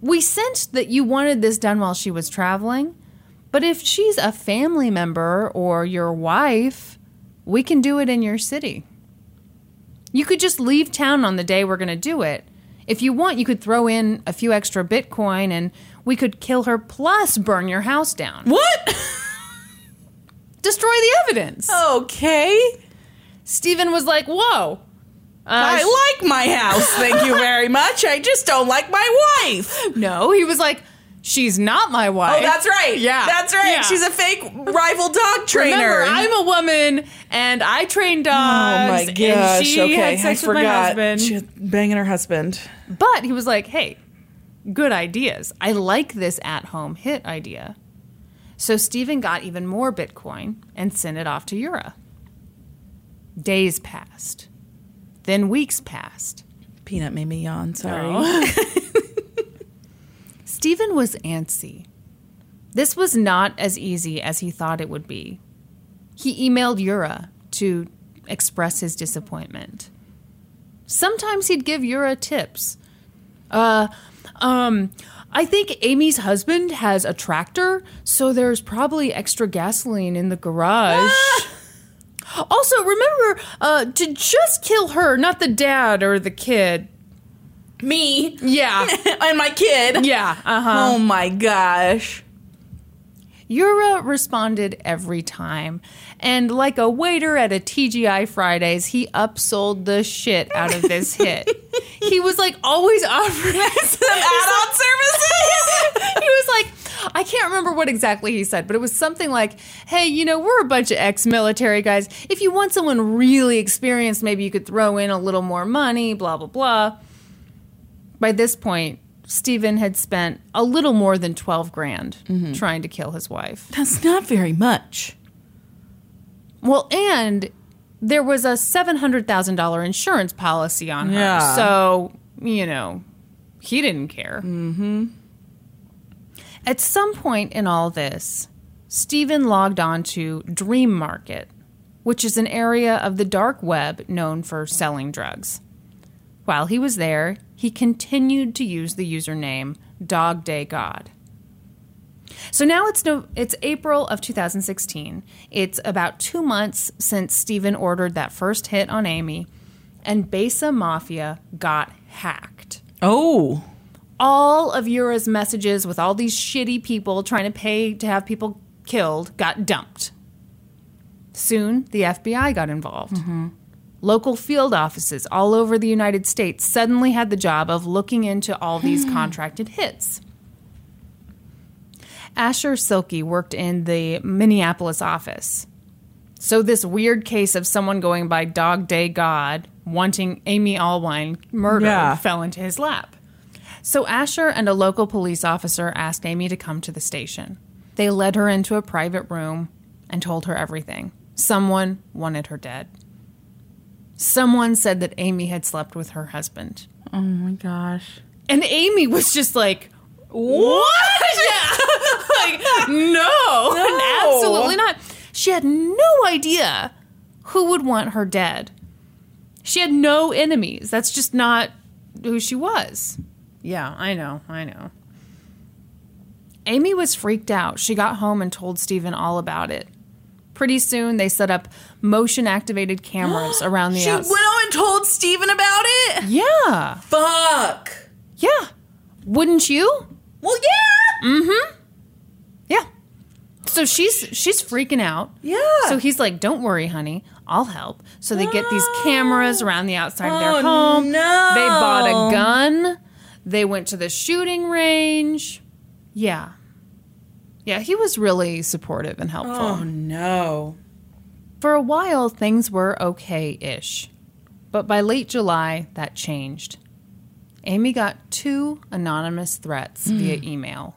Speaker 1: we sensed that you wanted this done while she was traveling. But if she's a family member or your wife, we can do it in your city. You could just leave town on the day we're going to do it. If you want, you could throw in a few extra Bitcoin and we could kill her plus burn your house down.
Speaker 2: What?
Speaker 1: Destroy the evidence.
Speaker 3: Okay.
Speaker 1: Stephen was like, whoa. Uh,
Speaker 2: I like my house. Thank you very much. I just don't like my wife.
Speaker 1: no, he was like, she's not my wife.
Speaker 2: Oh, that's right.
Speaker 1: Yeah.
Speaker 2: That's right.
Speaker 1: Yeah.
Speaker 2: She's a fake rival dog trainer.
Speaker 1: Remember, I'm a woman and I train
Speaker 2: Oh
Speaker 1: dogs. And she had sex with my husband.
Speaker 2: She was banging her husband.
Speaker 1: But he was like, hey, good ideas. I like this at home hit idea. So Stephen got even more Bitcoin and sent it off to Yura. Days passed. Then weeks passed.
Speaker 2: Peanut made me yawn. Sorry.
Speaker 1: Oh. Stephen was antsy. This was not as easy as he thought it would be. He emailed Yura to express his disappointment. Sometimes he'd give Yura tips. Uh, um, I think Amy's husband has a tractor, so there's probably extra gasoline in the garage. Ah! also, remember uh, to just kill her, not the dad or the kid.
Speaker 2: Me
Speaker 1: Yeah,
Speaker 2: and my kid.
Speaker 1: yeah, uh huh.
Speaker 2: Oh my gosh.
Speaker 1: Yura responded every time. And like a waiter at a TGI Fridays, he upsold the shit out of this hit. he was like always offering some add-on services. he was like, I can't remember what exactly he said, but it was something like, "Hey, you know, we're a bunch of ex-military guys. If you want someone really experienced, maybe you could throw in a little more money, blah blah blah." By this point, Stephen had spent a little more than 12 grand trying to kill his wife.
Speaker 3: That's not very much.
Speaker 1: Well, and there was a $700,000 insurance policy on her.
Speaker 2: Yeah.
Speaker 1: So, you know, he didn't care. Mm-hmm. At some point in all this, Stephen logged on to Dream Market, which is an area of the dark web known for selling drugs. While he was there, he continued to use the username Dog Day God. So now it's no, it's April of 2016. It's about two months since Steven ordered that first hit on Amy, and Besa Mafia got hacked.
Speaker 3: Oh.
Speaker 1: All of Yura's messages with all these shitty people trying to pay to have people killed got dumped. Soon, the FBI got involved. Local field offices all over the United States suddenly had the job of looking into all these contracted hits. Asher Silky worked in the Minneapolis office. So, this weird case of someone going by Dog Day God wanting Amy Allwine murdered
Speaker 2: Yeah.
Speaker 1: fell into his lap. So, Asher and a local police officer asked Amy to come to the station. They led her into a private room and told her everything. Someone wanted her dead. Someone said that Amy had slept with her husband.
Speaker 2: Oh my gosh.
Speaker 1: And Amy was just like, what? Yeah. like, no, absolutely not. She had no idea who would want her dead. She had no enemies. That's just not who she was. Yeah, I know, I know. Amy was freaked out. She got home and told Stephen all about it. Pretty soon, they set up motion activated cameras around the
Speaker 2: She
Speaker 1: outs-
Speaker 2: went on and told Steven about it?
Speaker 1: Yeah,
Speaker 2: Fuck.
Speaker 1: yeah. Wouldn't you? Mm-hmm.
Speaker 2: Well, yeah.
Speaker 1: Yeah. So she's she's freaking out.
Speaker 2: Yeah.
Speaker 1: So he's like, "Don't worry, honey. I'll help." So they get these cameras around the outside of
Speaker 2: Oh,
Speaker 1: their home.
Speaker 2: no.
Speaker 1: They bought a gun. They went to the shooting range. Yeah. Yeah, he was really supportive and helpful.
Speaker 2: Oh, no.
Speaker 1: For a while, things were okay ish. But by late July, that changed. Amy got two anonymous threats
Speaker 2: Hmm.
Speaker 1: via email.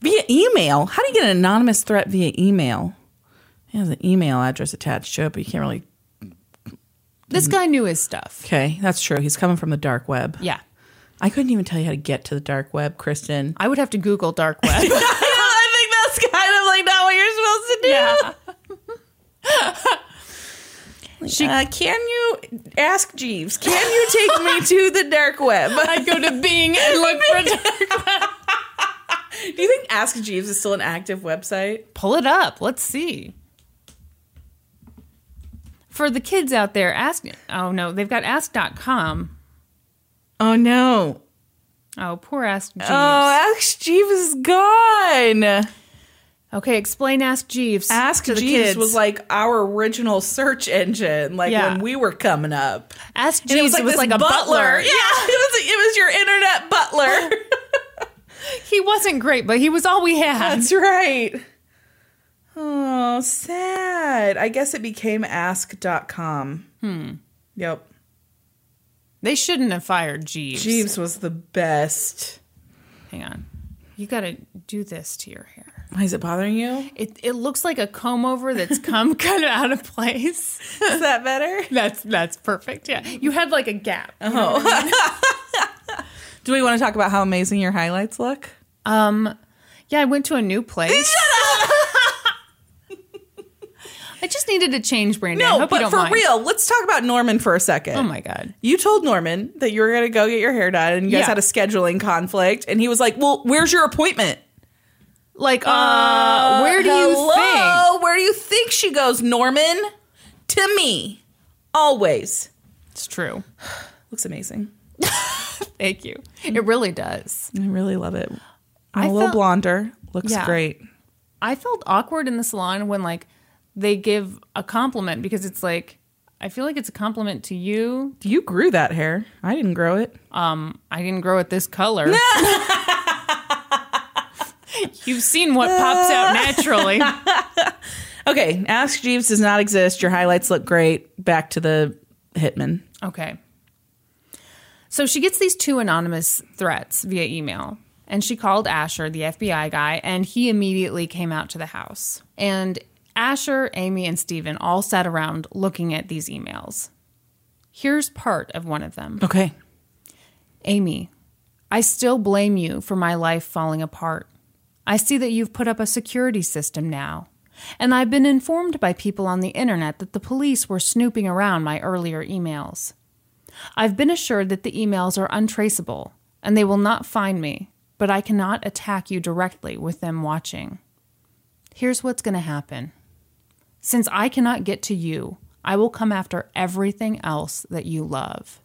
Speaker 2: Via email? How do you get an anonymous threat via email? It has an email address attached to it, but you can't really.
Speaker 1: This
Speaker 2: Mm-hmm.
Speaker 1: guy knew his stuff.
Speaker 2: Okay, that's true. He's coming from the dark web.
Speaker 1: Yeah.
Speaker 2: I couldn't even tell you how to get to the dark web, Kristen.
Speaker 1: I would have to Google dark web.
Speaker 2: I think that's kind of like not what you're supposed to do. She, uh, can you ask Jeeves? Can you take me to the dark web?
Speaker 1: I go to Bing and look for
Speaker 2: Do you think Ask Jeeves is still an active website?
Speaker 1: Pull it up. Let's see. For the kids out there, ask. Oh no, they've got ask.com.
Speaker 2: Oh no!
Speaker 1: Oh, poor Ask Jeeves.
Speaker 2: Oh, Ask Jeeves is gone.
Speaker 1: okay, explain Ask Jeeves.
Speaker 2: Ask
Speaker 1: to the
Speaker 2: Jeeves
Speaker 1: kids.
Speaker 2: was like our original search engine, like
Speaker 1: Yeah.
Speaker 2: when we were coming up.
Speaker 1: Ask
Speaker 2: And
Speaker 1: Jeeves. It was
Speaker 2: this
Speaker 1: like, a butler.
Speaker 2: Yeah, it was. It was your internet butler.
Speaker 1: He wasn't great, but he was all we had.
Speaker 2: That's right. Oh, sad. I guess it became ask.com. Hmm. Yep.
Speaker 1: They shouldn't have fired Jeeves.
Speaker 2: Jeeves was the best.
Speaker 1: Hang on. You got to do this to your hair.
Speaker 2: Why is it bothering you?
Speaker 1: It, it looks like a comb over that's come kind of out of place.
Speaker 2: Is that better?
Speaker 1: That's that's perfect. Yeah, you had like a gap.
Speaker 2: Do we want to talk about how amazing your highlights look?
Speaker 1: Um, yeah, I went to a new place. I just needed to change, Brandon. I
Speaker 2: No,
Speaker 1: hope you
Speaker 2: but
Speaker 1: don't
Speaker 2: for
Speaker 1: mind.
Speaker 2: real, let's talk about Norman for a second.
Speaker 1: Oh my god.
Speaker 2: You told Norman that you were going to go get your hair done and you guys
Speaker 1: Yeah.
Speaker 2: had a scheduling conflict. And he was like, Well, where's your appointment?
Speaker 1: Like, uh, where do you think?
Speaker 2: Hello? Where do you think she goes, Norman? To me. Always.
Speaker 1: It's true.
Speaker 2: Looks amazing.
Speaker 1: Thank you. It really does.
Speaker 2: I really love it.
Speaker 1: I
Speaker 2: I'm a little
Speaker 1: felt-
Speaker 2: blonder. Looks
Speaker 1: Yeah.
Speaker 2: great.
Speaker 1: I felt awkward in the salon when like they give a compliment because it's like I feel like it's a compliment to you.
Speaker 2: You grew that hair. I didn't grow it.
Speaker 1: Um, I didn't grow it this color. You've seen what pops out naturally.
Speaker 2: Okay, Ask Jeeves does not exist. Your highlights look great. Back to the hitman.
Speaker 1: Okay. So she gets these two anonymous threats via email, and she called Asher, the FBI guy, and he immediately came out to the house. And Asher, Amy, and Steven all sat around looking at these emails. Here's part of one of them
Speaker 2: Okay.
Speaker 1: Amy, I still blame you for my life falling apart. I see that you've put up a security system now. And I've been informed by people on the internet that the police were snooping around my earlier emails. I've been assured that the emails are untraceable and they will not find me, but I cannot attack you directly with them watching. Here's what's going to happen. Since I cannot get to you, I will come after everything else that you love.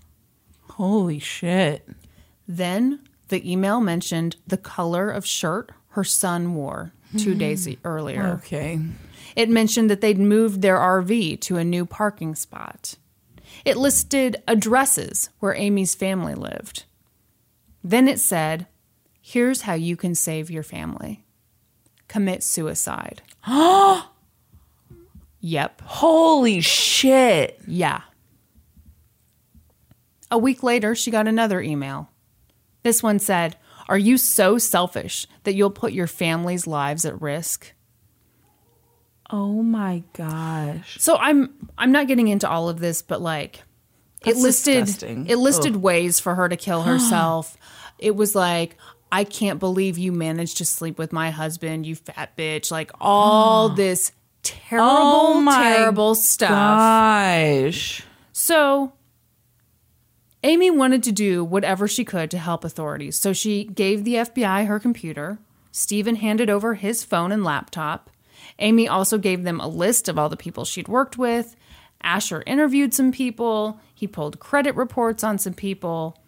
Speaker 2: Holy shit.
Speaker 1: Then the email mentioned the color of shirt her son wore two days e- earlier.
Speaker 2: Okay.
Speaker 1: It mentioned that they'd moved their RV to a new parking spot. It listed addresses where Amy's family lived. Then it said, Here's how you can save your family. commit suicide. yep.
Speaker 2: Holy shit.
Speaker 1: Yeah. A week later, she got another email. This one said, Are you so selfish that you'll put your family's lives at risk?
Speaker 2: Oh my gosh.
Speaker 1: So I'm I'm not getting into all of this, but like it
Speaker 4: That's
Speaker 1: listed
Speaker 4: disgusting.
Speaker 1: it listed ways for her to kill herself. it was like I can't believe you managed to sleep with my husband, you fat bitch. Like all this terrible,
Speaker 2: Oh my
Speaker 1: terrible stuff.
Speaker 2: Gosh.
Speaker 1: So Amy wanted to do whatever she could to help authorities. So she gave the FBI her computer. Stephen handed over his phone and laptop. Amy also gave them a list of all the people she'd worked with. Asher interviewed some people. He pulled credit reports on some people.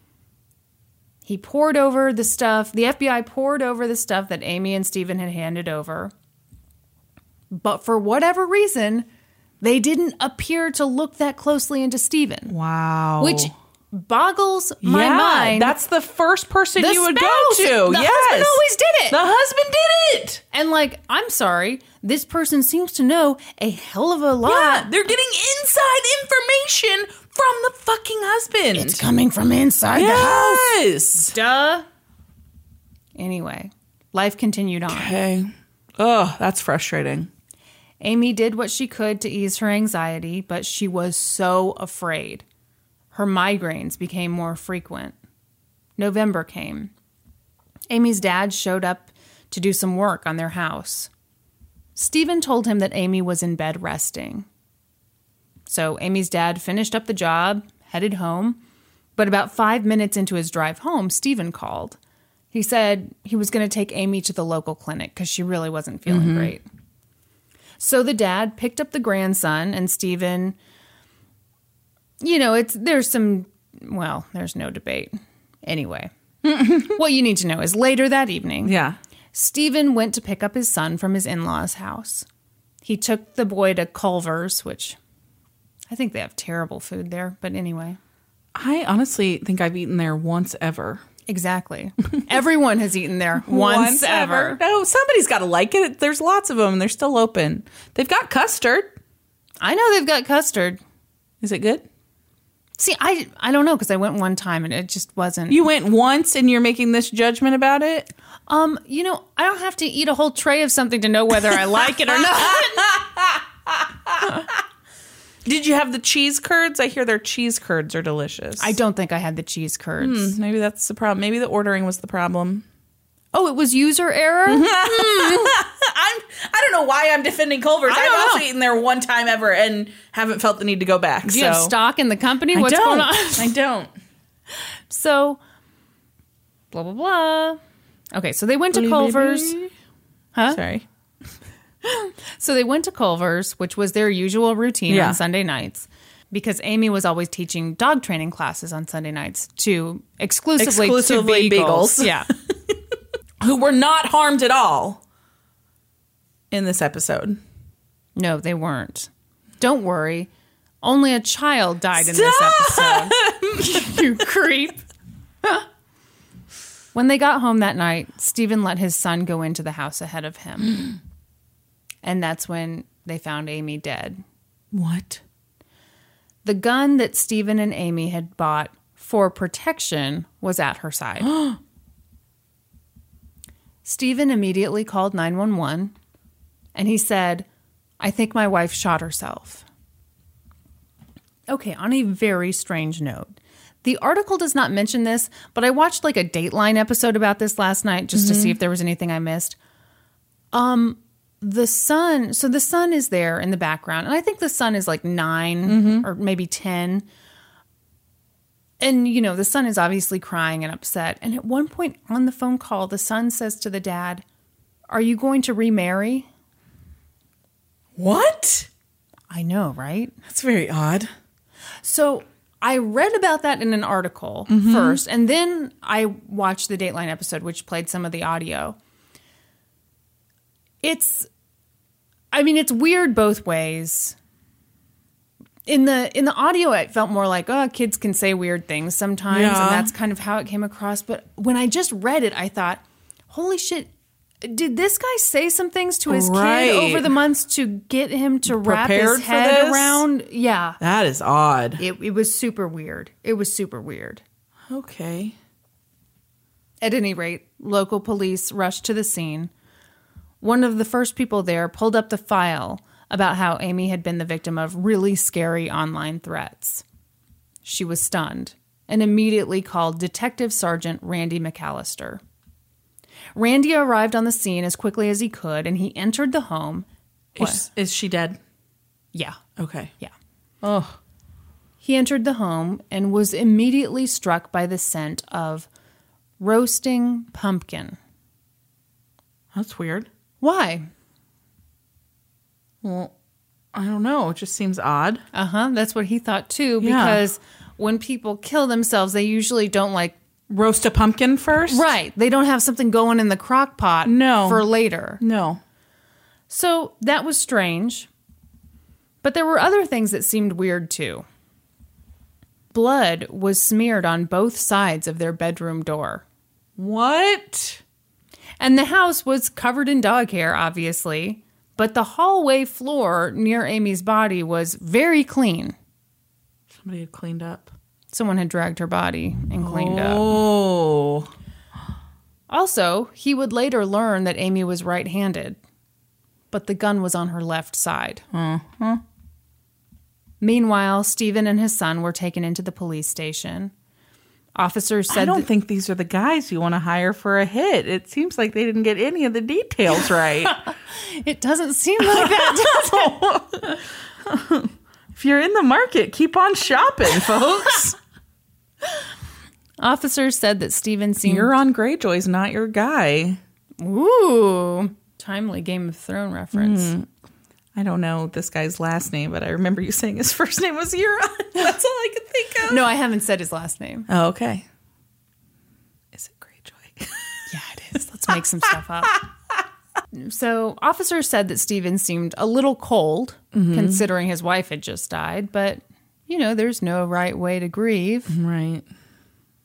Speaker 1: He poured over the stuff. The FBI poured over the stuff that Amy and Stephen had handed over. But for whatever reason, they didn't appear to look that closely into Stephen
Speaker 2: Wow.
Speaker 1: which boggles my
Speaker 2: yeah,
Speaker 1: mind.
Speaker 2: That's the first person
Speaker 1: The
Speaker 2: you would
Speaker 1: spouse!
Speaker 2: go to.
Speaker 1: The
Speaker 2: yes.
Speaker 1: husband always did it.
Speaker 2: The husband did it.
Speaker 1: and like, I'm sorry, this person seems to know a hell of a lot.
Speaker 2: Yeah, they're getting inside information from the fucking husband.
Speaker 1: coming from inside
Speaker 2: yes.
Speaker 1: Duh. Anyway, life continued on.
Speaker 2: Okay. Oh, that's frustrating.
Speaker 1: Amy did what she could to ease her anxiety, but she was so afraid. Her migraines became more frequent. November came. Amy's dad showed up to do some work on their house. Stephen told him that Amy was in bed resting. So Amy's dad finished up the job, headed home, but about five minutes into his drive home, Stephen called. He said he was going to take Amy to the local clinic because she really wasn't feeling great. So the dad picked up the grandson and Stephen. You know, it's there's some well, there's no debate. Anyway, what you need to know is later that evening,
Speaker 2: Yeah.
Speaker 1: Stephen went to pick up his son from his in law's house. He took the boy to Culver's, which I think they have terrible food there, but anyway.
Speaker 2: I honestly think I've eaten there once ever.
Speaker 1: Exactly. Everyone has eaten there once, ever.
Speaker 2: No, somebody's got to like it. There's lots of them and they're still open. They've got custard.
Speaker 1: I know they've got custard.
Speaker 2: Is it good?
Speaker 1: See, I I don't know because I went one time and it just wasn't.
Speaker 2: You went once and you're making this judgment about it?
Speaker 1: um, you know, I don't have to eat a whole tray of something to know whether I like it or not.
Speaker 2: Did you have the cheese curds? I hear their cheese curds are delicious.
Speaker 1: I don't think I had the cheese curds.
Speaker 2: Maybe that's the problem. Maybe the ordering was the problem.
Speaker 1: Oh, it was user error.
Speaker 2: I'm I don't know why I'm defending Culver's.
Speaker 1: I
Speaker 2: I've
Speaker 1: don't
Speaker 2: also
Speaker 1: know.
Speaker 2: eaten there one time ever and haven't felt the need to go back.
Speaker 1: Do
Speaker 2: so
Speaker 1: you have stock in the company?
Speaker 2: I
Speaker 1: What's
Speaker 2: don't.
Speaker 1: going on?
Speaker 2: I don't.
Speaker 1: So, blah blah blah. Okay, so they went to Culver's. Huh?
Speaker 2: Sorry.
Speaker 1: So they went to Culver's, which was their usual routine
Speaker 2: Yeah.
Speaker 1: on Sunday nights, because Amy was always teaching dog training classes on Sunday nights to exclusively,
Speaker 2: Exclusively
Speaker 1: to beagles.
Speaker 2: beagles.
Speaker 1: Yeah.
Speaker 2: Who were not harmed at all in this episode.
Speaker 1: No, they weren't. Don't worry. Only a child died in this episode. you creep. when they got home that night, Stephen let his son go into the house ahead of him. and that's when they found Amy dead.
Speaker 2: What?
Speaker 1: The gun that Stephen and Amy had bought for protection was at her side. Stephen immediately called 911 and he said, I think my wife shot herself. Okay, on a very strange note. The article does not mention this, but I watched like a Dateline episode about this last night just to see if there was anything I missed. Um, the sun, so the sun is there in the background, and I think the sun is like 9 or maybe 10. And you know, the son is obviously crying and upset. And at one point on the phone call, the son says to the dad, Are you going to remarry?
Speaker 2: What?
Speaker 1: I know, right?
Speaker 2: That's very odd.
Speaker 1: So I read about that in an article
Speaker 2: Mm-hmm.
Speaker 1: first, and then I watched the Dateline episode, which played some of the audio. It's, I mean, it's weird both ways. In the in the audio, it felt more like, oh, kids can say weird things sometimes,
Speaker 2: Yeah.
Speaker 1: and that's kind of how it came across. But when I just read it, I thought, holy shit, did this guy say some things to his
Speaker 2: Right.
Speaker 1: kid over the months to get him to wrap
Speaker 2: Prepared
Speaker 1: his
Speaker 2: for
Speaker 1: head
Speaker 2: this?
Speaker 1: around? Yeah.
Speaker 2: That is odd.
Speaker 1: It, it was super weird. It was super weird.
Speaker 2: Okay.
Speaker 1: At any rate, local police rushed to the scene. One of the first people there pulled up the file about how Amy had been the victim of really scary online threats. She was stunned and immediately called Detective Sergeant Randy McAllister. Randy arrived on the scene as quickly as he could and he entered the home.
Speaker 2: Is, is she dead?
Speaker 1: Yeah,
Speaker 2: Okay.
Speaker 1: yeah.
Speaker 2: Oh.
Speaker 1: He entered the home and was immediately struck by the scent of roasting pumpkin.
Speaker 2: That's weird.
Speaker 1: Why?
Speaker 2: Well, I don't know. It just seems odd.
Speaker 1: Uh huh. That's what he thought too,
Speaker 2: Yeah.
Speaker 1: because when people kill themselves, they usually don't like.
Speaker 2: Roast a pumpkin first?
Speaker 1: Right. They don't have something going in the crock pot
Speaker 2: No.
Speaker 1: for later.
Speaker 2: No.
Speaker 1: So that was strange. But there were other things that seemed weird too. Blood was smeared on both sides of their bedroom door.
Speaker 2: What?
Speaker 1: And the house was covered in dog hair, obviously, but the hallway floor near Amy's body was very clean.
Speaker 2: Somebody had cleaned up.
Speaker 1: Someone had dragged her body and cleaned up.
Speaker 2: Oh.
Speaker 1: Also, he would later learn that Amy was right handed, but the gun was on her left side. Uh-huh. Meanwhile, Stephen and his son were taken into the police station. Officers said
Speaker 2: I don't
Speaker 1: that-
Speaker 2: think these are the guys you want to hire for a hit. It seems like they didn't get any of the details right.
Speaker 1: it doesn't seem like that.
Speaker 2: if you're in the market, keep on shopping, folks.
Speaker 1: Officers said that Stephen seemed
Speaker 2: you're on Greyjoy's, not your guy.
Speaker 1: ooh timely Game of Thrones reference.
Speaker 2: I don't know this guy's last name, but I remember you saying his first name was Euron. That's all I could think of.
Speaker 1: No, I haven't said his last name.
Speaker 2: Oh, okay. Is it Greyjoy?
Speaker 1: Yeah, it is. Let's make some stuff up. So, officers said that Steven seemed a little cold, considering his wife had just died, but, you know, there's no right way to grieve.
Speaker 2: Mm, right.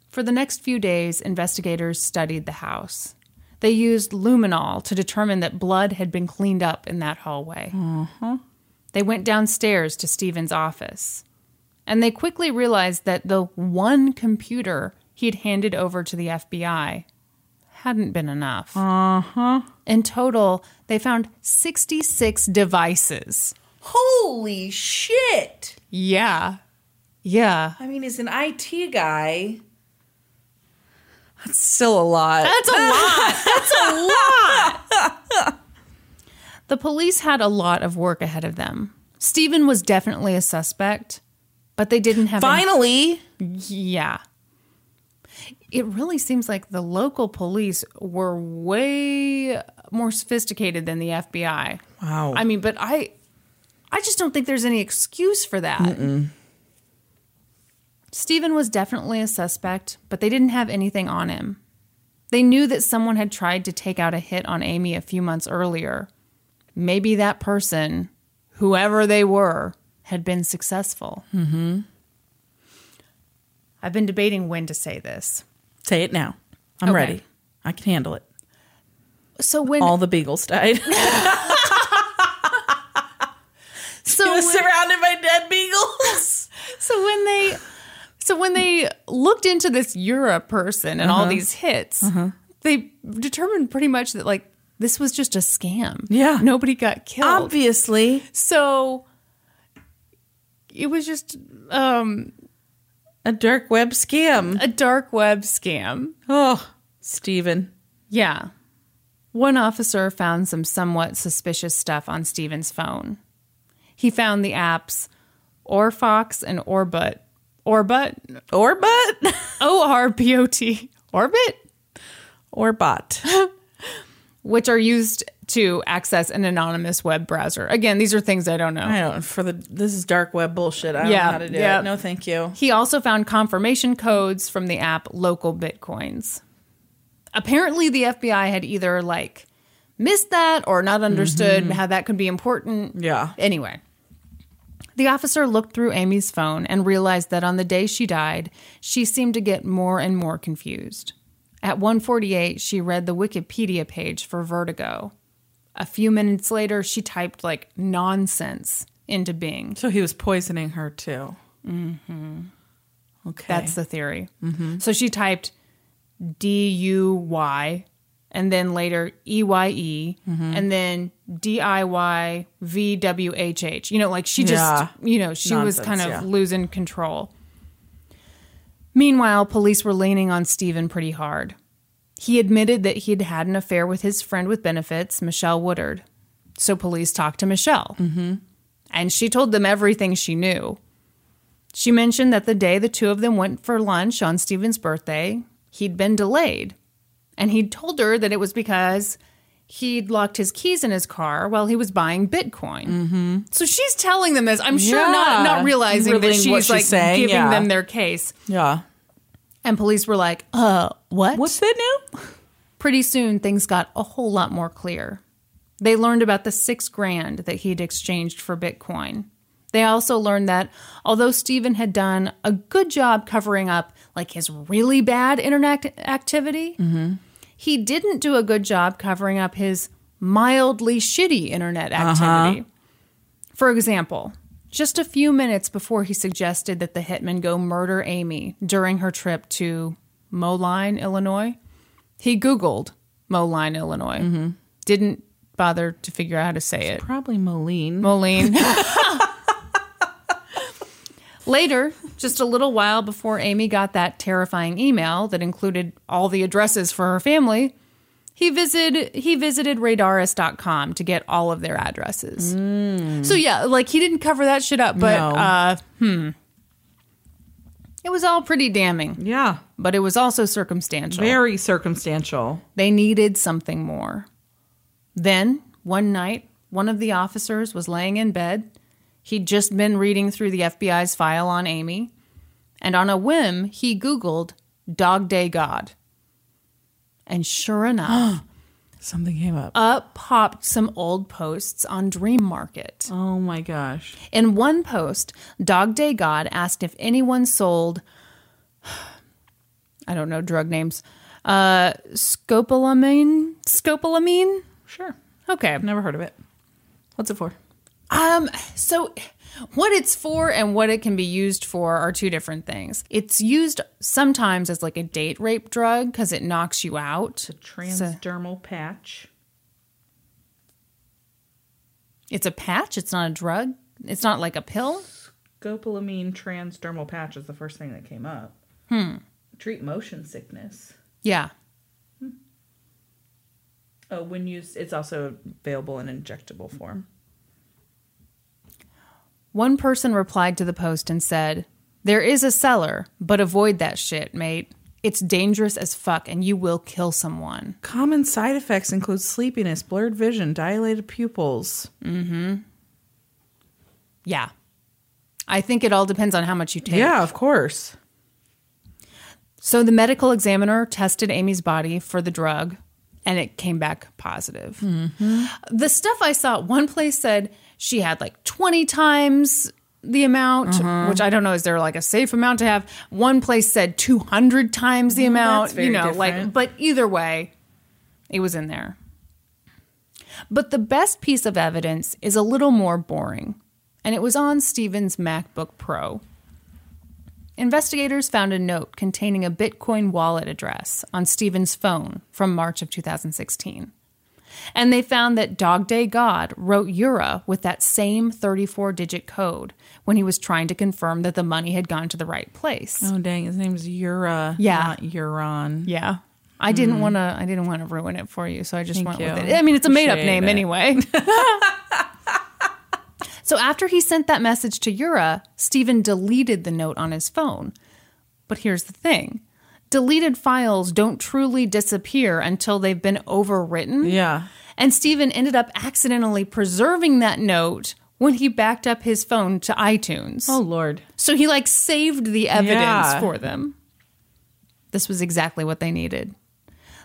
Speaker 1: For the next few days, investigators studied the house. They used luminol to determine that blood had been cleaned up in that hallway. Uh-huh. They went downstairs to Steven's office, and they quickly realized that the one computer he'd handed over to the FBI hadn't been enough. Uh-huh. In total, they found 66 devices.
Speaker 2: Holy shit.
Speaker 1: Yeah. Yeah.
Speaker 2: I mean, as an IT guy, that's still a lot.
Speaker 1: That's a lot. That's a lot. the police had a lot of work ahead of them. Stephen was definitely a suspect, but they didn't have any-
Speaker 2: Finally,
Speaker 1: yeah. It really seems like the local police were way more sophisticated than the FBI.
Speaker 2: Wow.
Speaker 1: I mean, but I I just don't think there's any excuse for that. Stephen was definitely a suspect, but they didn't have anything on him. They knew that someone had tried to take out a hit on Amy a few months earlier. Maybe that person, whoever they were, had been successful. I've been debating when to say this.
Speaker 2: say it now. I'm
Speaker 1: Okay.
Speaker 2: ready. I can handle it.
Speaker 1: So when
Speaker 2: All the beagles died.
Speaker 1: so
Speaker 2: I was
Speaker 1: when-
Speaker 2: surrounded by dead beagles.
Speaker 1: So when they so when they looked into this Eura person and
Speaker 2: Uh-huh.
Speaker 1: all these hits, they determined pretty much that like this was just a scam.
Speaker 2: Yeah.
Speaker 1: Nobody got killed.
Speaker 2: Obviously,
Speaker 1: so it was just um,
Speaker 2: a dark web scam.
Speaker 1: a dark web scam.
Speaker 2: Oh, Steven.
Speaker 1: Yeah. One officer found some somewhat suspicious stuff on Steven's phone. He found the apps Orfox and Orbut. Orbut?
Speaker 2: Or butt.
Speaker 1: O R B O T, Orbit,
Speaker 2: or bot.
Speaker 1: which are used to access an anonymous web browser. Again, these are things I don't know.
Speaker 2: I don't for the this is dark web bullshit. I don't
Speaker 1: Yeah,
Speaker 2: know how to do
Speaker 1: yeah.
Speaker 2: it. No, thank you.
Speaker 1: He also found confirmation codes from the app Local Bitcoins. Apparently, the FBI had either like missed that or not understood how that could be important.
Speaker 2: Mm-hmm. Yeah.
Speaker 1: Anyway, the officer looked through Amy's phone and realized that on the day she died, she seemed to get more and more confused. At 1:48, she read the Wikipedia page for Vertigo. A few minutes later, she typed like nonsense into Bing.
Speaker 3: So he was poisoning her too. Mm-hmm. Okay. Mm-hmm.
Speaker 1: That's the theory. So she typed D U Y and then later E Y E
Speaker 3: Mm-hmm.
Speaker 1: and then D I Y V W H H. You know, like she just,
Speaker 3: Yeah.
Speaker 1: you know, she was
Speaker 3: Nonsense,
Speaker 1: kind of
Speaker 3: yeah.
Speaker 1: losing control. Meanwhile, police were leaning on Stephen pretty hard. He admitted that he'd had an affair with his friend with benefits, Michelle Woodard. So police talked to Michelle. Mm-hmm. And she told them everything she knew. She mentioned that the day the two of them went for lunch on Stephen's birthday, he'd been delayed. And he'd told her that it was because he'd locked his keys in his car while he was buying Bitcoin. Mm-hmm. So she's telling them this. I'm sure not,
Speaker 3: Yeah.
Speaker 1: not realizing that
Speaker 3: Relaying what
Speaker 1: she's
Speaker 3: she's
Speaker 1: like
Speaker 3: saying,
Speaker 1: giving
Speaker 3: yeah.
Speaker 1: them their case.
Speaker 3: yeah.
Speaker 1: And police were like, uh, what?
Speaker 3: What's that new?
Speaker 1: Pretty soon, things got a whole lot more clear. They learned about the six grand that he'd exchanged for Bitcoin. They also learned that although Stephen had done a good job covering up like his really bad internet act- activity, he didn't do a good job covering up his mildly shitty internet activity. For example, just a few minutes before he suggested that the hitmen go murder Amy during her trip to Moline, Illinois, he Googled Moline, Illinois. Didn't bother to figure out how to say it.
Speaker 3: Probably Moline.
Speaker 1: Moline. Later, just a little while before Amy got that terrifying email that included all the addresses for her family, he visited he visited radaris.com to get all of their addresses. So yeah, like he didn't cover that shit up, but
Speaker 3: Mm. No.
Speaker 1: uh hmm. It was all pretty damning,
Speaker 3: yeah.
Speaker 1: but it was also circumstantial.
Speaker 3: Very circumstantial.
Speaker 1: They needed something more. Then, one night, one of the officers was laying in bed. He'd just been reading through the FBI's file on Amy, and on a whim, he Googled Dog Day God. And sure enough,
Speaker 3: Something came up.
Speaker 1: up popped some old posts on Dream Market.
Speaker 3: oh my gosh.
Speaker 1: In one post, Dog Day God asked if anyone sold, I don't know drug names, uh, scopolamine? Scopolamine?
Speaker 3: Sure.
Speaker 1: Okay.
Speaker 3: Never heard of it. What's it for?
Speaker 1: Um, so what it's for and what it can be used for are two different things. It's used sometimes as like a date rape drug because it knocks you out.
Speaker 3: Transdermal patch.
Speaker 1: It's a patch, it's not a drug. It's not like a pill.
Speaker 3: Scopolamine transdermal patch is the first thing that came up. Hmm. Treat motion sickness.
Speaker 1: Yeah.
Speaker 3: Oh, when used, it's also available in injectable form.
Speaker 1: One person replied to the post and said, There is a seller, but avoid that shit, mate. It's dangerous as fuck and you will kill someone.
Speaker 3: Common side effects include sleepiness, blurred vision, dilated pupils.
Speaker 1: Yeah. I think it all depends on how much you take.
Speaker 3: Yeah, of course.
Speaker 1: So the medical examiner tested Amy's body for the drug and it came back positive.
Speaker 3: Mm-hmm.
Speaker 1: The stuff I saw, one place said she had like 20 times the amount,
Speaker 3: Mm-hmm.
Speaker 1: which I don't know, is there like a safe amount to have? One place said 200 times the amount,
Speaker 3: that's very
Speaker 1: you know, like,
Speaker 3: different.
Speaker 1: but either way, it was in there. But the best piece of evidence is a little more boring, and it was on Steven's MacBook Pro. Investigators found a note containing a Bitcoin wallet address on Steven's phone from March of 2016. And they found that Dog Day God wrote Eura with that same 34 digit code when he was trying to confirm that the money had gone to the right place.
Speaker 3: Oh dang, his name's Ura.
Speaker 1: Yeah.
Speaker 3: not Euron.
Speaker 1: Yeah. I didn't want to. I didn't want to ruin it for you, so I just went with
Speaker 3: Mm-hmm. you.
Speaker 1: it. I mean, it's a made-up
Speaker 3: Appreciate
Speaker 1: name
Speaker 3: it.
Speaker 1: anyway. so after he sent that message to Yura, Stephen deleted the note on his phone. But here's the thing: deleted files don't truly disappear until they've been overwritten.
Speaker 3: Yeah.
Speaker 1: And Stephen ended up accidentally preserving that note when he backed up his phone to iTunes.
Speaker 3: Oh lord.
Speaker 1: So he like saved the evidence
Speaker 3: Yeah.
Speaker 1: for them. This was exactly what they needed.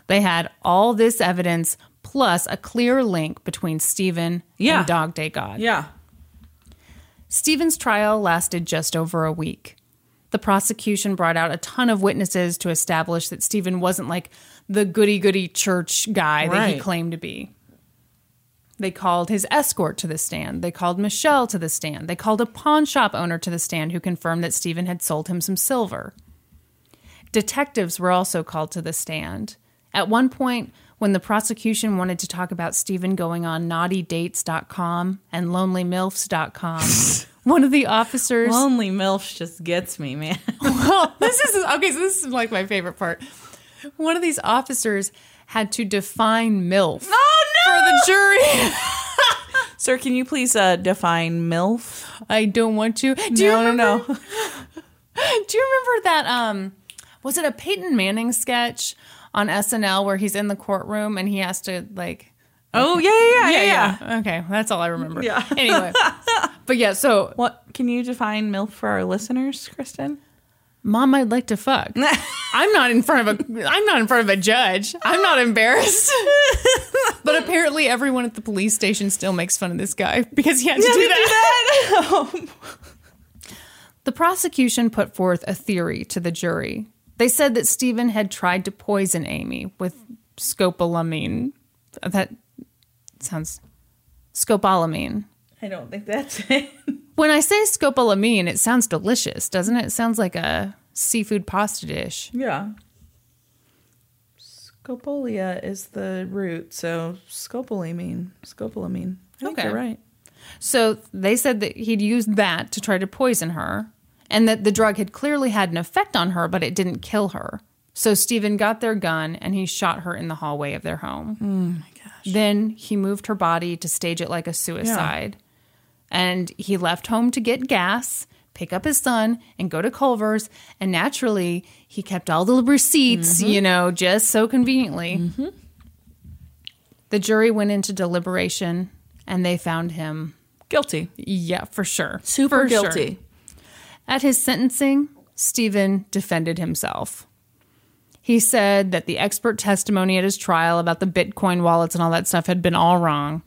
Speaker 1: They had all this evidence plus a clear link between Stephen
Speaker 3: Yeah.
Speaker 1: and Dog Day God.
Speaker 3: Yeah.
Speaker 1: Stephen's trial lasted just over a week. the prosecution brought out a ton of witnesses to establish that Stephen wasn't like the goody goody church guy that he
Speaker 2: Right.
Speaker 1: claimed to be. They called his escort to the stand. They called Michelle to the stand. They called a pawn shop owner to the stand who confirmed that Stephen had sold him some silver. Detectives were also called to the stand. At one point, when the prosecution wanted to talk about Stephen going on naughtydates.com and lonelymilfs.com, one of the officers.
Speaker 3: Lonely MILF just gets me, man.
Speaker 1: Well, this is okay, so this is like my favorite part. One of these officers had to define MILF
Speaker 2: Oh,
Speaker 1: for the jury.
Speaker 2: Sir, can you please uh, define MILF?
Speaker 1: I don't want to. Do you remember,
Speaker 2: no, no.
Speaker 1: Do you remember that? Um, was it a Peyton Manning sketch on SNL where he's in the courtroom and he has to like?
Speaker 2: Oh, yeah, yeah, yeah, yeah. yeah.
Speaker 1: Okay, that's all I remember.
Speaker 2: Yeah.
Speaker 1: Anyway, but yeah. So,
Speaker 2: What can you define MILF for our listeners, Kristen?
Speaker 1: mom, I'd like to fuck. I'm not in front of a. I'm not in front of a judge. I'm not embarrassed. but apparently, everyone at the police station still makes fun of this guy because he had to do that. The prosecution put forth a theory to the jury. They said that Stephen had tried to poison Amy with scopolamine. That sounds scopolamine.
Speaker 2: I don't think that's it.
Speaker 1: When I say scopolamine, it sounds delicious, doesn't it? It sounds like a seafood pasta dish.
Speaker 2: Yeah. Scopolia is the root, so scopolamine. Scopolamine. I think
Speaker 1: Okay.
Speaker 2: you're right.
Speaker 1: So they said that he'd used that to try to poison her and that the drug had clearly had an effect on her, but it didn't kill her. So Stephen got their gun and he shot her in the hallway of their home. Then he moved her body to stage it like a suicide. And he left home to get gas, pick up his son, and go to Culver's. And naturally, he kept all the receipts, you know, just so conveniently. The jury went into deliberation and they found him,
Speaker 3: Guilty.
Speaker 1: yeah, for sure.
Speaker 3: Super
Speaker 1: For sure.
Speaker 3: guilty.
Speaker 1: At his sentencing, Stephen defended himself. He said that the expert testimony at his trial about the Bitcoin wallets and all that stuff had been all wrong.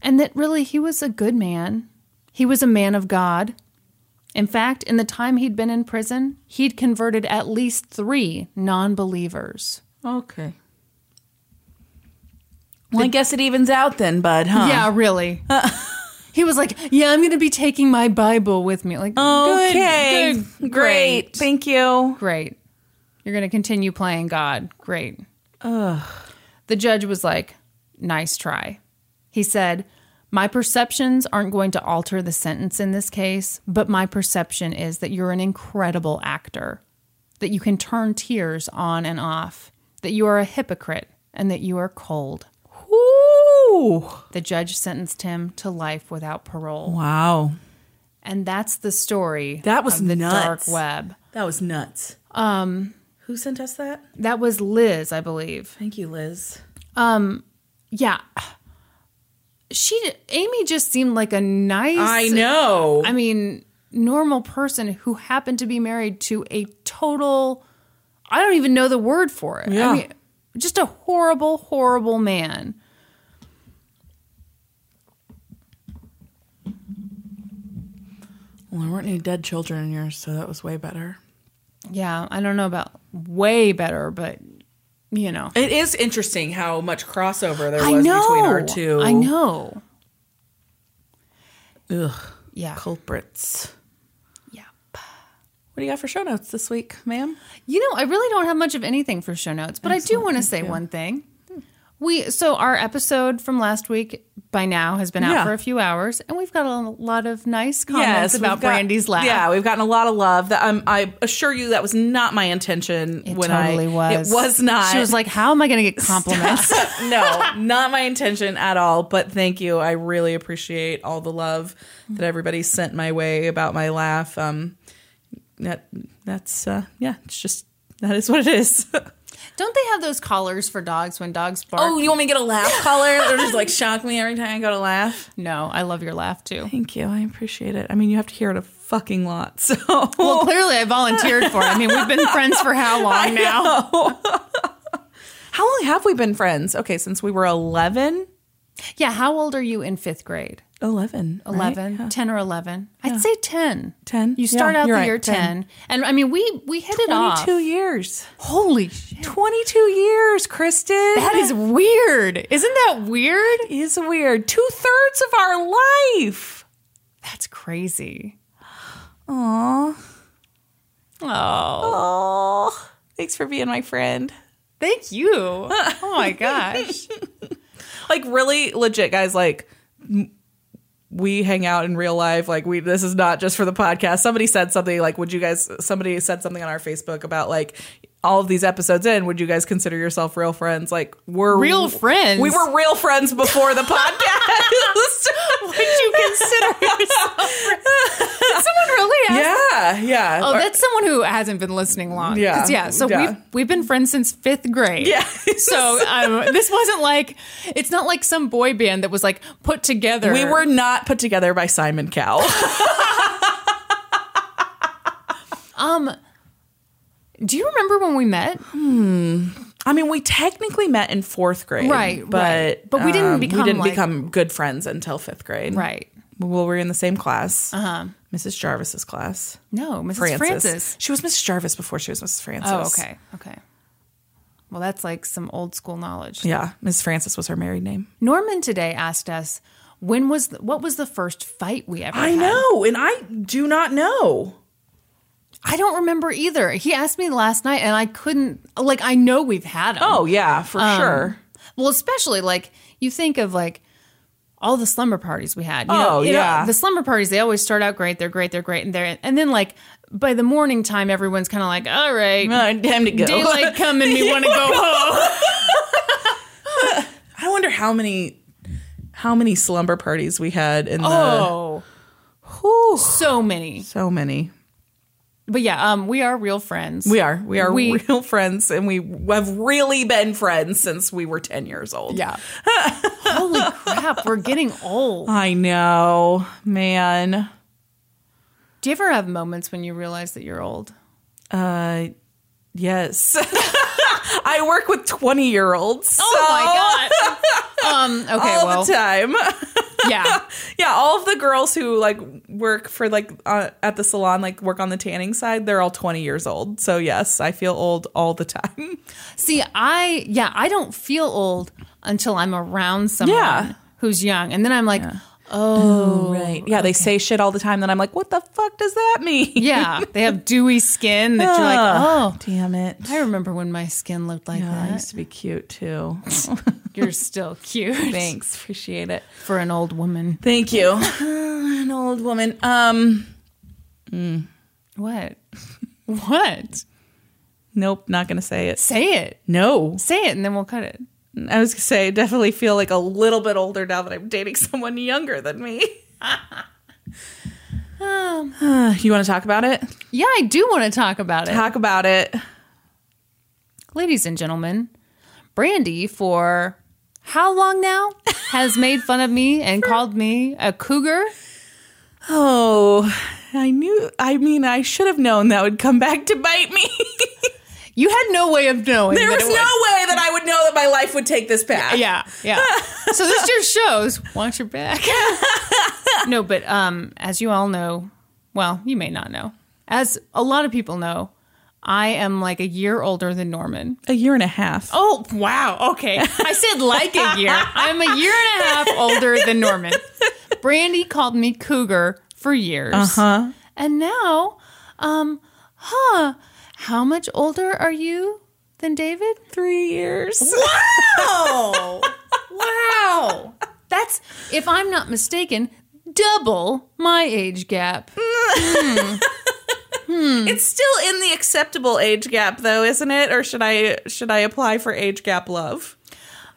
Speaker 1: And that really he was a good man. He was a man of God. In fact, in the time he'd been in prison, he'd converted at least three non believers.
Speaker 3: Okay. Well, I guess it evens out then, bud, huh?
Speaker 1: Yeah, really. he was like, Yeah, I'm going to be taking my Bible with me. Like, good,
Speaker 3: Okay.
Speaker 1: good,
Speaker 3: great. Thank you.
Speaker 1: Great. You're going to continue playing God. Great. Ugh. The judge was like, nice try. He said, My perceptions aren't going to alter the sentence in this case, but my perception is that you're an incredible actor, that you can turn tears on and off, that you are a hypocrite, and that you are cold.
Speaker 3: Ooh.
Speaker 1: The judge sentenced him to life without parole.
Speaker 3: Wow.
Speaker 1: And that's the story
Speaker 3: That was
Speaker 1: of the
Speaker 3: nuts.
Speaker 1: dark web.
Speaker 2: That was nuts. Um Who sent us that?
Speaker 1: That was Liz, I believe.
Speaker 2: Thank you, Liz.
Speaker 1: yeah she amy just seemed like a nice
Speaker 2: I know.
Speaker 1: i mean normal person who happened to be married to a total i don't even know the word for it
Speaker 3: Yeah.
Speaker 1: i mean just a horrible horrible man
Speaker 3: Well, there weren't any dead children in yours, so that was way better.
Speaker 1: yeah i don't know about way better but you know
Speaker 2: It is interesting how much crossover there
Speaker 1: i
Speaker 2: was
Speaker 1: know
Speaker 2: between our two.
Speaker 1: i know
Speaker 2: Ugh,
Speaker 1: yeah
Speaker 2: culprits.
Speaker 1: yeah
Speaker 2: What do you got for show notes this week, ma'am?
Speaker 1: You know, I really don't have much of anything for show notes, but I do want to say one thing. We so our episode from last week by now has been out
Speaker 3: Yeah.
Speaker 1: for a few hours, and we've got a lot of nice comments
Speaker 2: Yes,
Speaker 1: about
Speaker 2: we've got-
Speaker 1: Brandy's laugh.
Speaker 2: Yeah, we've gotten a lot of love. That um, I assure you, that was not my intention.
Speaker 1: it
Speaker 2: when
Speaker 1: totally
Speaker 2: I,
Speaker 1: was.
Speaker 2: It was not.
Speaker 1: She was like, "How am I going to get compliments?"
Speaker 2: no, not my intention at all. But thank you. I really appreciate all the love that everybody sent my way about my laugh. Um, that that's uh, yeah. It's just that is what it is.
Speaker 1: don't they have those collars for dogs when dogs bark?
Speaker 2: Oh, you want me to get a laugh collar? They're just like shock me every time I go to laugh.
Speaker 1: no, I love your laugh too.
Speaker 2: Thank you. I appreciate it. I mean, you have to hear it a fucking lot. So
Speaker 1: Well, clearly I volunteered for it. I mean, we've been friends for how long now?
Speaker 2: How long have we been friends? Okay, since we were 11?
Speaker 1: Yeah, how old are you in fifth grade?
Speaker 2: 11. right?
Speaker 1: 11, 10 or 11. I'd say 10.
Speaker 2: 10.
Speaker 1: You start
Speaker 2: Yeah,
Speaker 1: out the
Speaker 2: you're right,
Speaker 1: year 10.
Speaker 2: 10.
Speaker 1: And I mean, we we hit it off.
Speaker 3: 22 years.
Speaker 1: Holy shit.
Speaker 3: 22 years, Kristen.
Speaker 1: That is weird. Isn't that weird?
Speaker 3: is weird. Two thirds of our life.
Speaker 1: That's crazy.
Speaker 3: Aw.
Speaker 1: Oh,
Speaker 3: Oh. Thanks for being my friend.
Speaker 1: thank you. Oh my gosh.
Speaker 2: Like, really legit, guys. Like, m- we hang out in real life. Like, we, this is not just for the podcast. Somebody said something like, would you guys, somebody said something on our Facebook about like, all of these episodes in, would you guys consider yourself real friends? Like, we're
Speaker 1: Real friends?
Speaker 2: We were real friends before the podcast.
Speaker 1: Would you consider yourself? Did someone really ask?
Speaker 2: yeah, yeah.
Speaker 1: Oh,
Speaker 2: Or-
Speaker 1: that's someone who hasn't been listening long. 'Cause,
Speaker 2: Yeah,
Speaker 1: yeah. So
Speaker 2: yeah.
Speaker 1: we've we've been friends since fifth grade.
Speaker 2: Yeah.
Speaker 1: so um, this wasn't like it's not like some boy band that was like put together.
Speaker 2: we were not put together by Simon Cowell.
Speaker 1: Um, Do you remember when we met?
Speaker 2: I mean, we technically met in fourth grade,
Speaker 1: Right,
Speaker 2: But um,
Speaker 1: right. But we didn't become,
Speaker 2: we didn't
Speaker 1: like-
Speaker 2: become good friends until fifth grade,
Speaker 1: Right.
Speaker 2: Well, we were in the same class, uh-huh. Mrs. Jarvis's class.
Speaker 1: No, Mrs.
Speaker 2: Francis.
Speaker 1: Francis.
Speaker 2: She was Mrs. Jarvis before she was Mrs. Francis.
Speaker 1: Oh, okay, okay. Well, that's like some old school knowledge.
Speaker 2: Yeah, Mrs. Francis was her married name.
Speaker 1: Norman today asked us when was the, what was the first fight we ever
Speaker 2: I
Speaker 1: had?
Speaker 2: know, and I do not know.
Speaker 1: I don't remember either. He asked me last night, and I couldn't. Like, I know we've had them.
Speaker 2: Oh yeah, for
Speaker 1: Um,
Speaker 2: sure.
Speaker 1: Well, especially like you think of like all the slumber parties we had. You know,
Speaker 2: Oh,
Speaker 1: you know,
Speaker 2: yeah.
Speaker 1: the slumber parties they always start out great. They're great. They're great, and they're and then like by the morning time, everyone's kind of like, all right,
Speaker 2: Uh, time to go.
Speaker 1: daylight come and we want to go home.
Speaker 2: I wonder how many how many slumber parties we had in
Speaker 1: Oh,
Speaker 2: the. Whew,
Speaker 1: so many.
Speaker 2: so many.
Speaker 1: But yeah, um, we are real friends.
Speaker 2: We are. We are
Speaker 1: We-
Speaker 2: real friends, and we have really been friends since we were 10 years old.
Speaker 1: Yeah. Holy crap, we're getting old.
Speaker 2: I know, man.
Speaker 1: Do you ever have moments when you realize that you're old?
Speaker 2: Uh, yes. I work with 20 year olds.
Speaker 1: Oh my god. Um. Okay.
Speaker 2: All
Speaker 1: well.
Speaker 2: the time.
Speaker 1: Yeah.
Speaker 2: yeah, all of the girls who like work for like uh, at the salon, like work on the tanning side, they're all 20 years old. So, yes, I feel old all the time.
Speaker 1: See, I yeah, I don't feel old until I'm around someone
Speaker 2: Yeah.
Speaker 1: who's young, and then I'm like, oh,
Speaker 2: Right. Yeah, they say shit all the time that I'm like, what the fuck does that mean?
Speaker 1: yeah, they have dewy skin that you're like,
Speaker 2: Ugh,
Speaker 1: oh,
Speaker 2: damn it.
Speaker 1: I remember when my skin looked like
Speaker 2: Ah. Yeah, I
Speaker 1: that.
Speaker 2: Oh, used to be cute too.
Speaker 1: You're still cute
Speaker 2: Thanks, appreciate it.
Speaker 1: for an old woman.
Speaker 2: Thank you. An old woman. Um,
Speaker 1: What? What?
Speaker 2: nope, not gonna say it.
Speaker 1: Say it.
Speaker 2: No,
Speaker 1: Say it, and then we'll cut it.
Speaker 2: I was gonna say I definitely feel like a little bit older now that I'm dating someone younger than me.
Speaker 1: Um,
Speaker 2: Uh, you want to talk about it?
Speaker 1: yeah, I do want to talk about it,
Speaker 2: Talk about it.
Speaker 1: ladies and gentlemen. Brandy for how long now has made fun of me and called me a cougar.
Speaker 2: Oh, I knew. I mean, I should have known that would come back to bite me.
Speaker 1: You had no way of knowing.
Speaker 2: there
Speaker 1: that
Speaker 2: was
Speaker 1: it
Speaker 2: no way that I would know that my life would take this path.
Speaker 1: Yeah, yeah. so this just shows watch your back. no, but um, as you all know, well, you may not know, as a lot of people know, I am like a year older than Norman.
Speaker 2: a year and a half.
Speaker 1: Oh wow, okay. I said like a year. I'm a year and a half older than Norman. Brandy called me cougar for years. Uh-huh. And now, um, huh, how much older are you than David?
Speaker 2: three years.
Speaker 1: Wow! wow! That's, if I'm not mistaken, double my age gap.
Speaker 2: It's still in the acceptable age gap though, isn't it? Or should I should I apply for age gap love?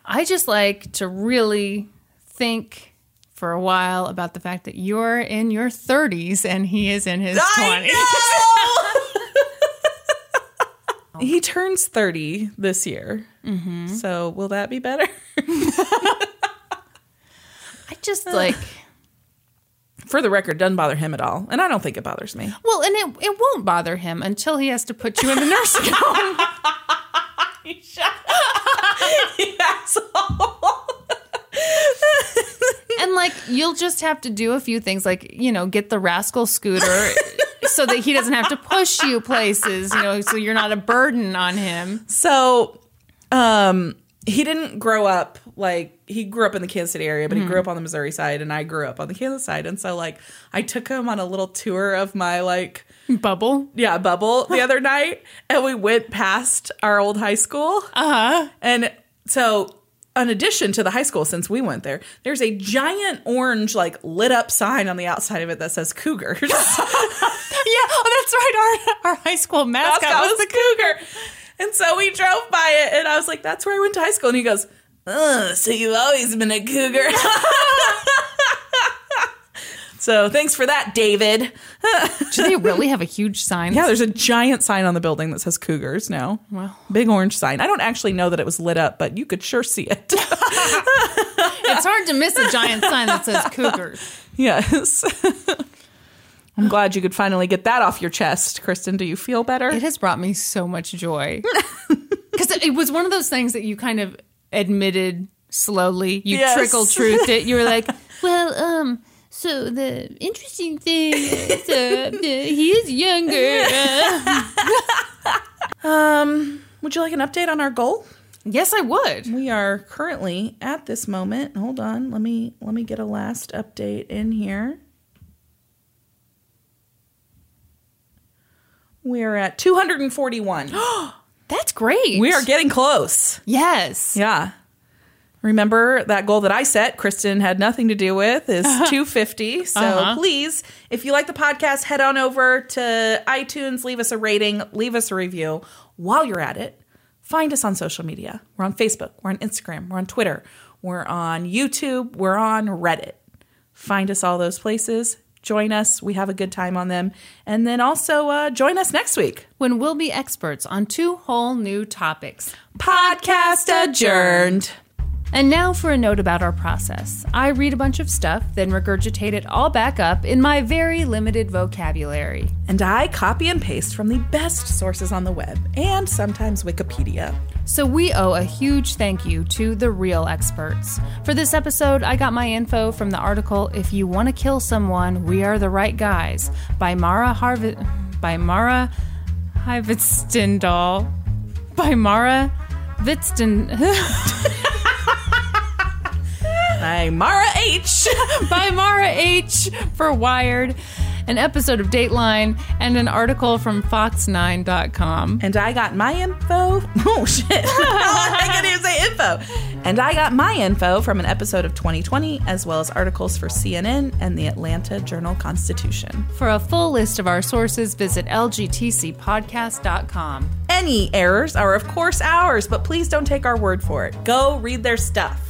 Speaker 1: I just like to really think for a while about the fact that you're in your 30s and he is in his 20s.
Speaker 2: know! he turns 30 this year. So will that be better?
Speaker 1: I just like,
Speaker 2: For the record, doesn't bother him at all. And I don't think it bothers me.
Speaker 1: well, and it, it won't bother him until he has to put you in the nursing home.
Speaker 2: Asshole.
Speaker 1: you'll just have to do a few things like, you know, get the rascal scooter so that he doesn't have to push you places, you know, so you're not a burden on him.
Speaker 2: So, um, he didn't grow up like he grew up in the Kansas City area, but he grew up on the Missouri side, and I grew up on the Kansas side. And so, like, I took him on a little tour of my like
Speaker 1: Bubble.
Speaker 2: yeah bubble the other night, and we went past our old high school. Uh huh. And so, in addition to the high school, since we went there, there's a giant orange like lit up sign on the outside of it that says Cougars.
Speaker 1: Yeah, oh, that's right. Our, our high school mascot,
Speaker 2: mascot
Speaker 1: was
Speaker 2: was the cougar. And so we drove by it, and I was like, "That's where I went to high school." And he goes, Ugh, "So you've always been a cougar." so thanks for that, David.
Speaker 1: Do they really have a huge sign?
Speaker 2: Yeah, there's a giant sign on the building that says Cougars now.
Speaker 1: Wow.
Speaker 2: big orange sign. I don't actually know that it was lit up, but you could sure see it.
Speaker 1: It's hard to miss a giant sign that says Cougars.
Speaker 2: yes. I'm glad you could finally get that off your chest, Kristen. Do you feel better?
Speaker 1: It has brought me so much joy. Because it was one of those things that you kind of admitted slowly. You
Speaker 2: Yes.
Speaker 1: trickle truth it. You were like, well, um, so the interesting thing is uh, he is younger.
Speaker 2: um, Would you like an update on our goal?
Speaker 1: yes, I would.
Speaker 2: we are currently at this moment hold on let me let me get a last update in here we're at 241
Speaker 1: That's great.
Speaker 2: we are getting close
Speaker 1: Yes.
Speaker 2: yeah remember that goal that i set kristen had nothing to do with is 250 so
Speaker 1: Uh-huh.
Speaker 2: please if you like the podcast head on over to itunes leave us a rating leave us a review while you're at it find us on social media we're on facebook we're on instagram we're on twitter we're on youtube we're on reddit find us all those places join us we have a good time on them and then also uh, join us next week
Speaker 1: When we'll be experts on two whole new topics.
Speaker 2: podcast adjourned
Speaker 1: And now for a note about our process. I read a bunch of stuff, then regurgitate it all back up in my very limited vocabulary.
Speaker 2: And I copy and paste from the best sources on the web and sometimes Wikipedia.
Speaker 1: So we owe a huge thank you to the real experts. For this episode, I got my info from the article If You Want to Kill Someone, We Are the Right Guys by Mara Harvit by Mara Hivitstendahl by Mara Vitsten
Speaker 2: I'm Mara H.
Speaker 1: by Mara H for Wired, an episode of Dateline, and an article from Fox9.com.
Speaker 2: and I got my info. Oh, shit. I can even say info. And I got my info from an episode of 2020, as well as articles for CNN and the Atlanta Journal Constitution.
Speaker 1: For a full list of our sources, visit lgtcpodcast.com.
Speaker 2: Any errors are, of course, ours, but please don't take our word for it. Go read their stuff.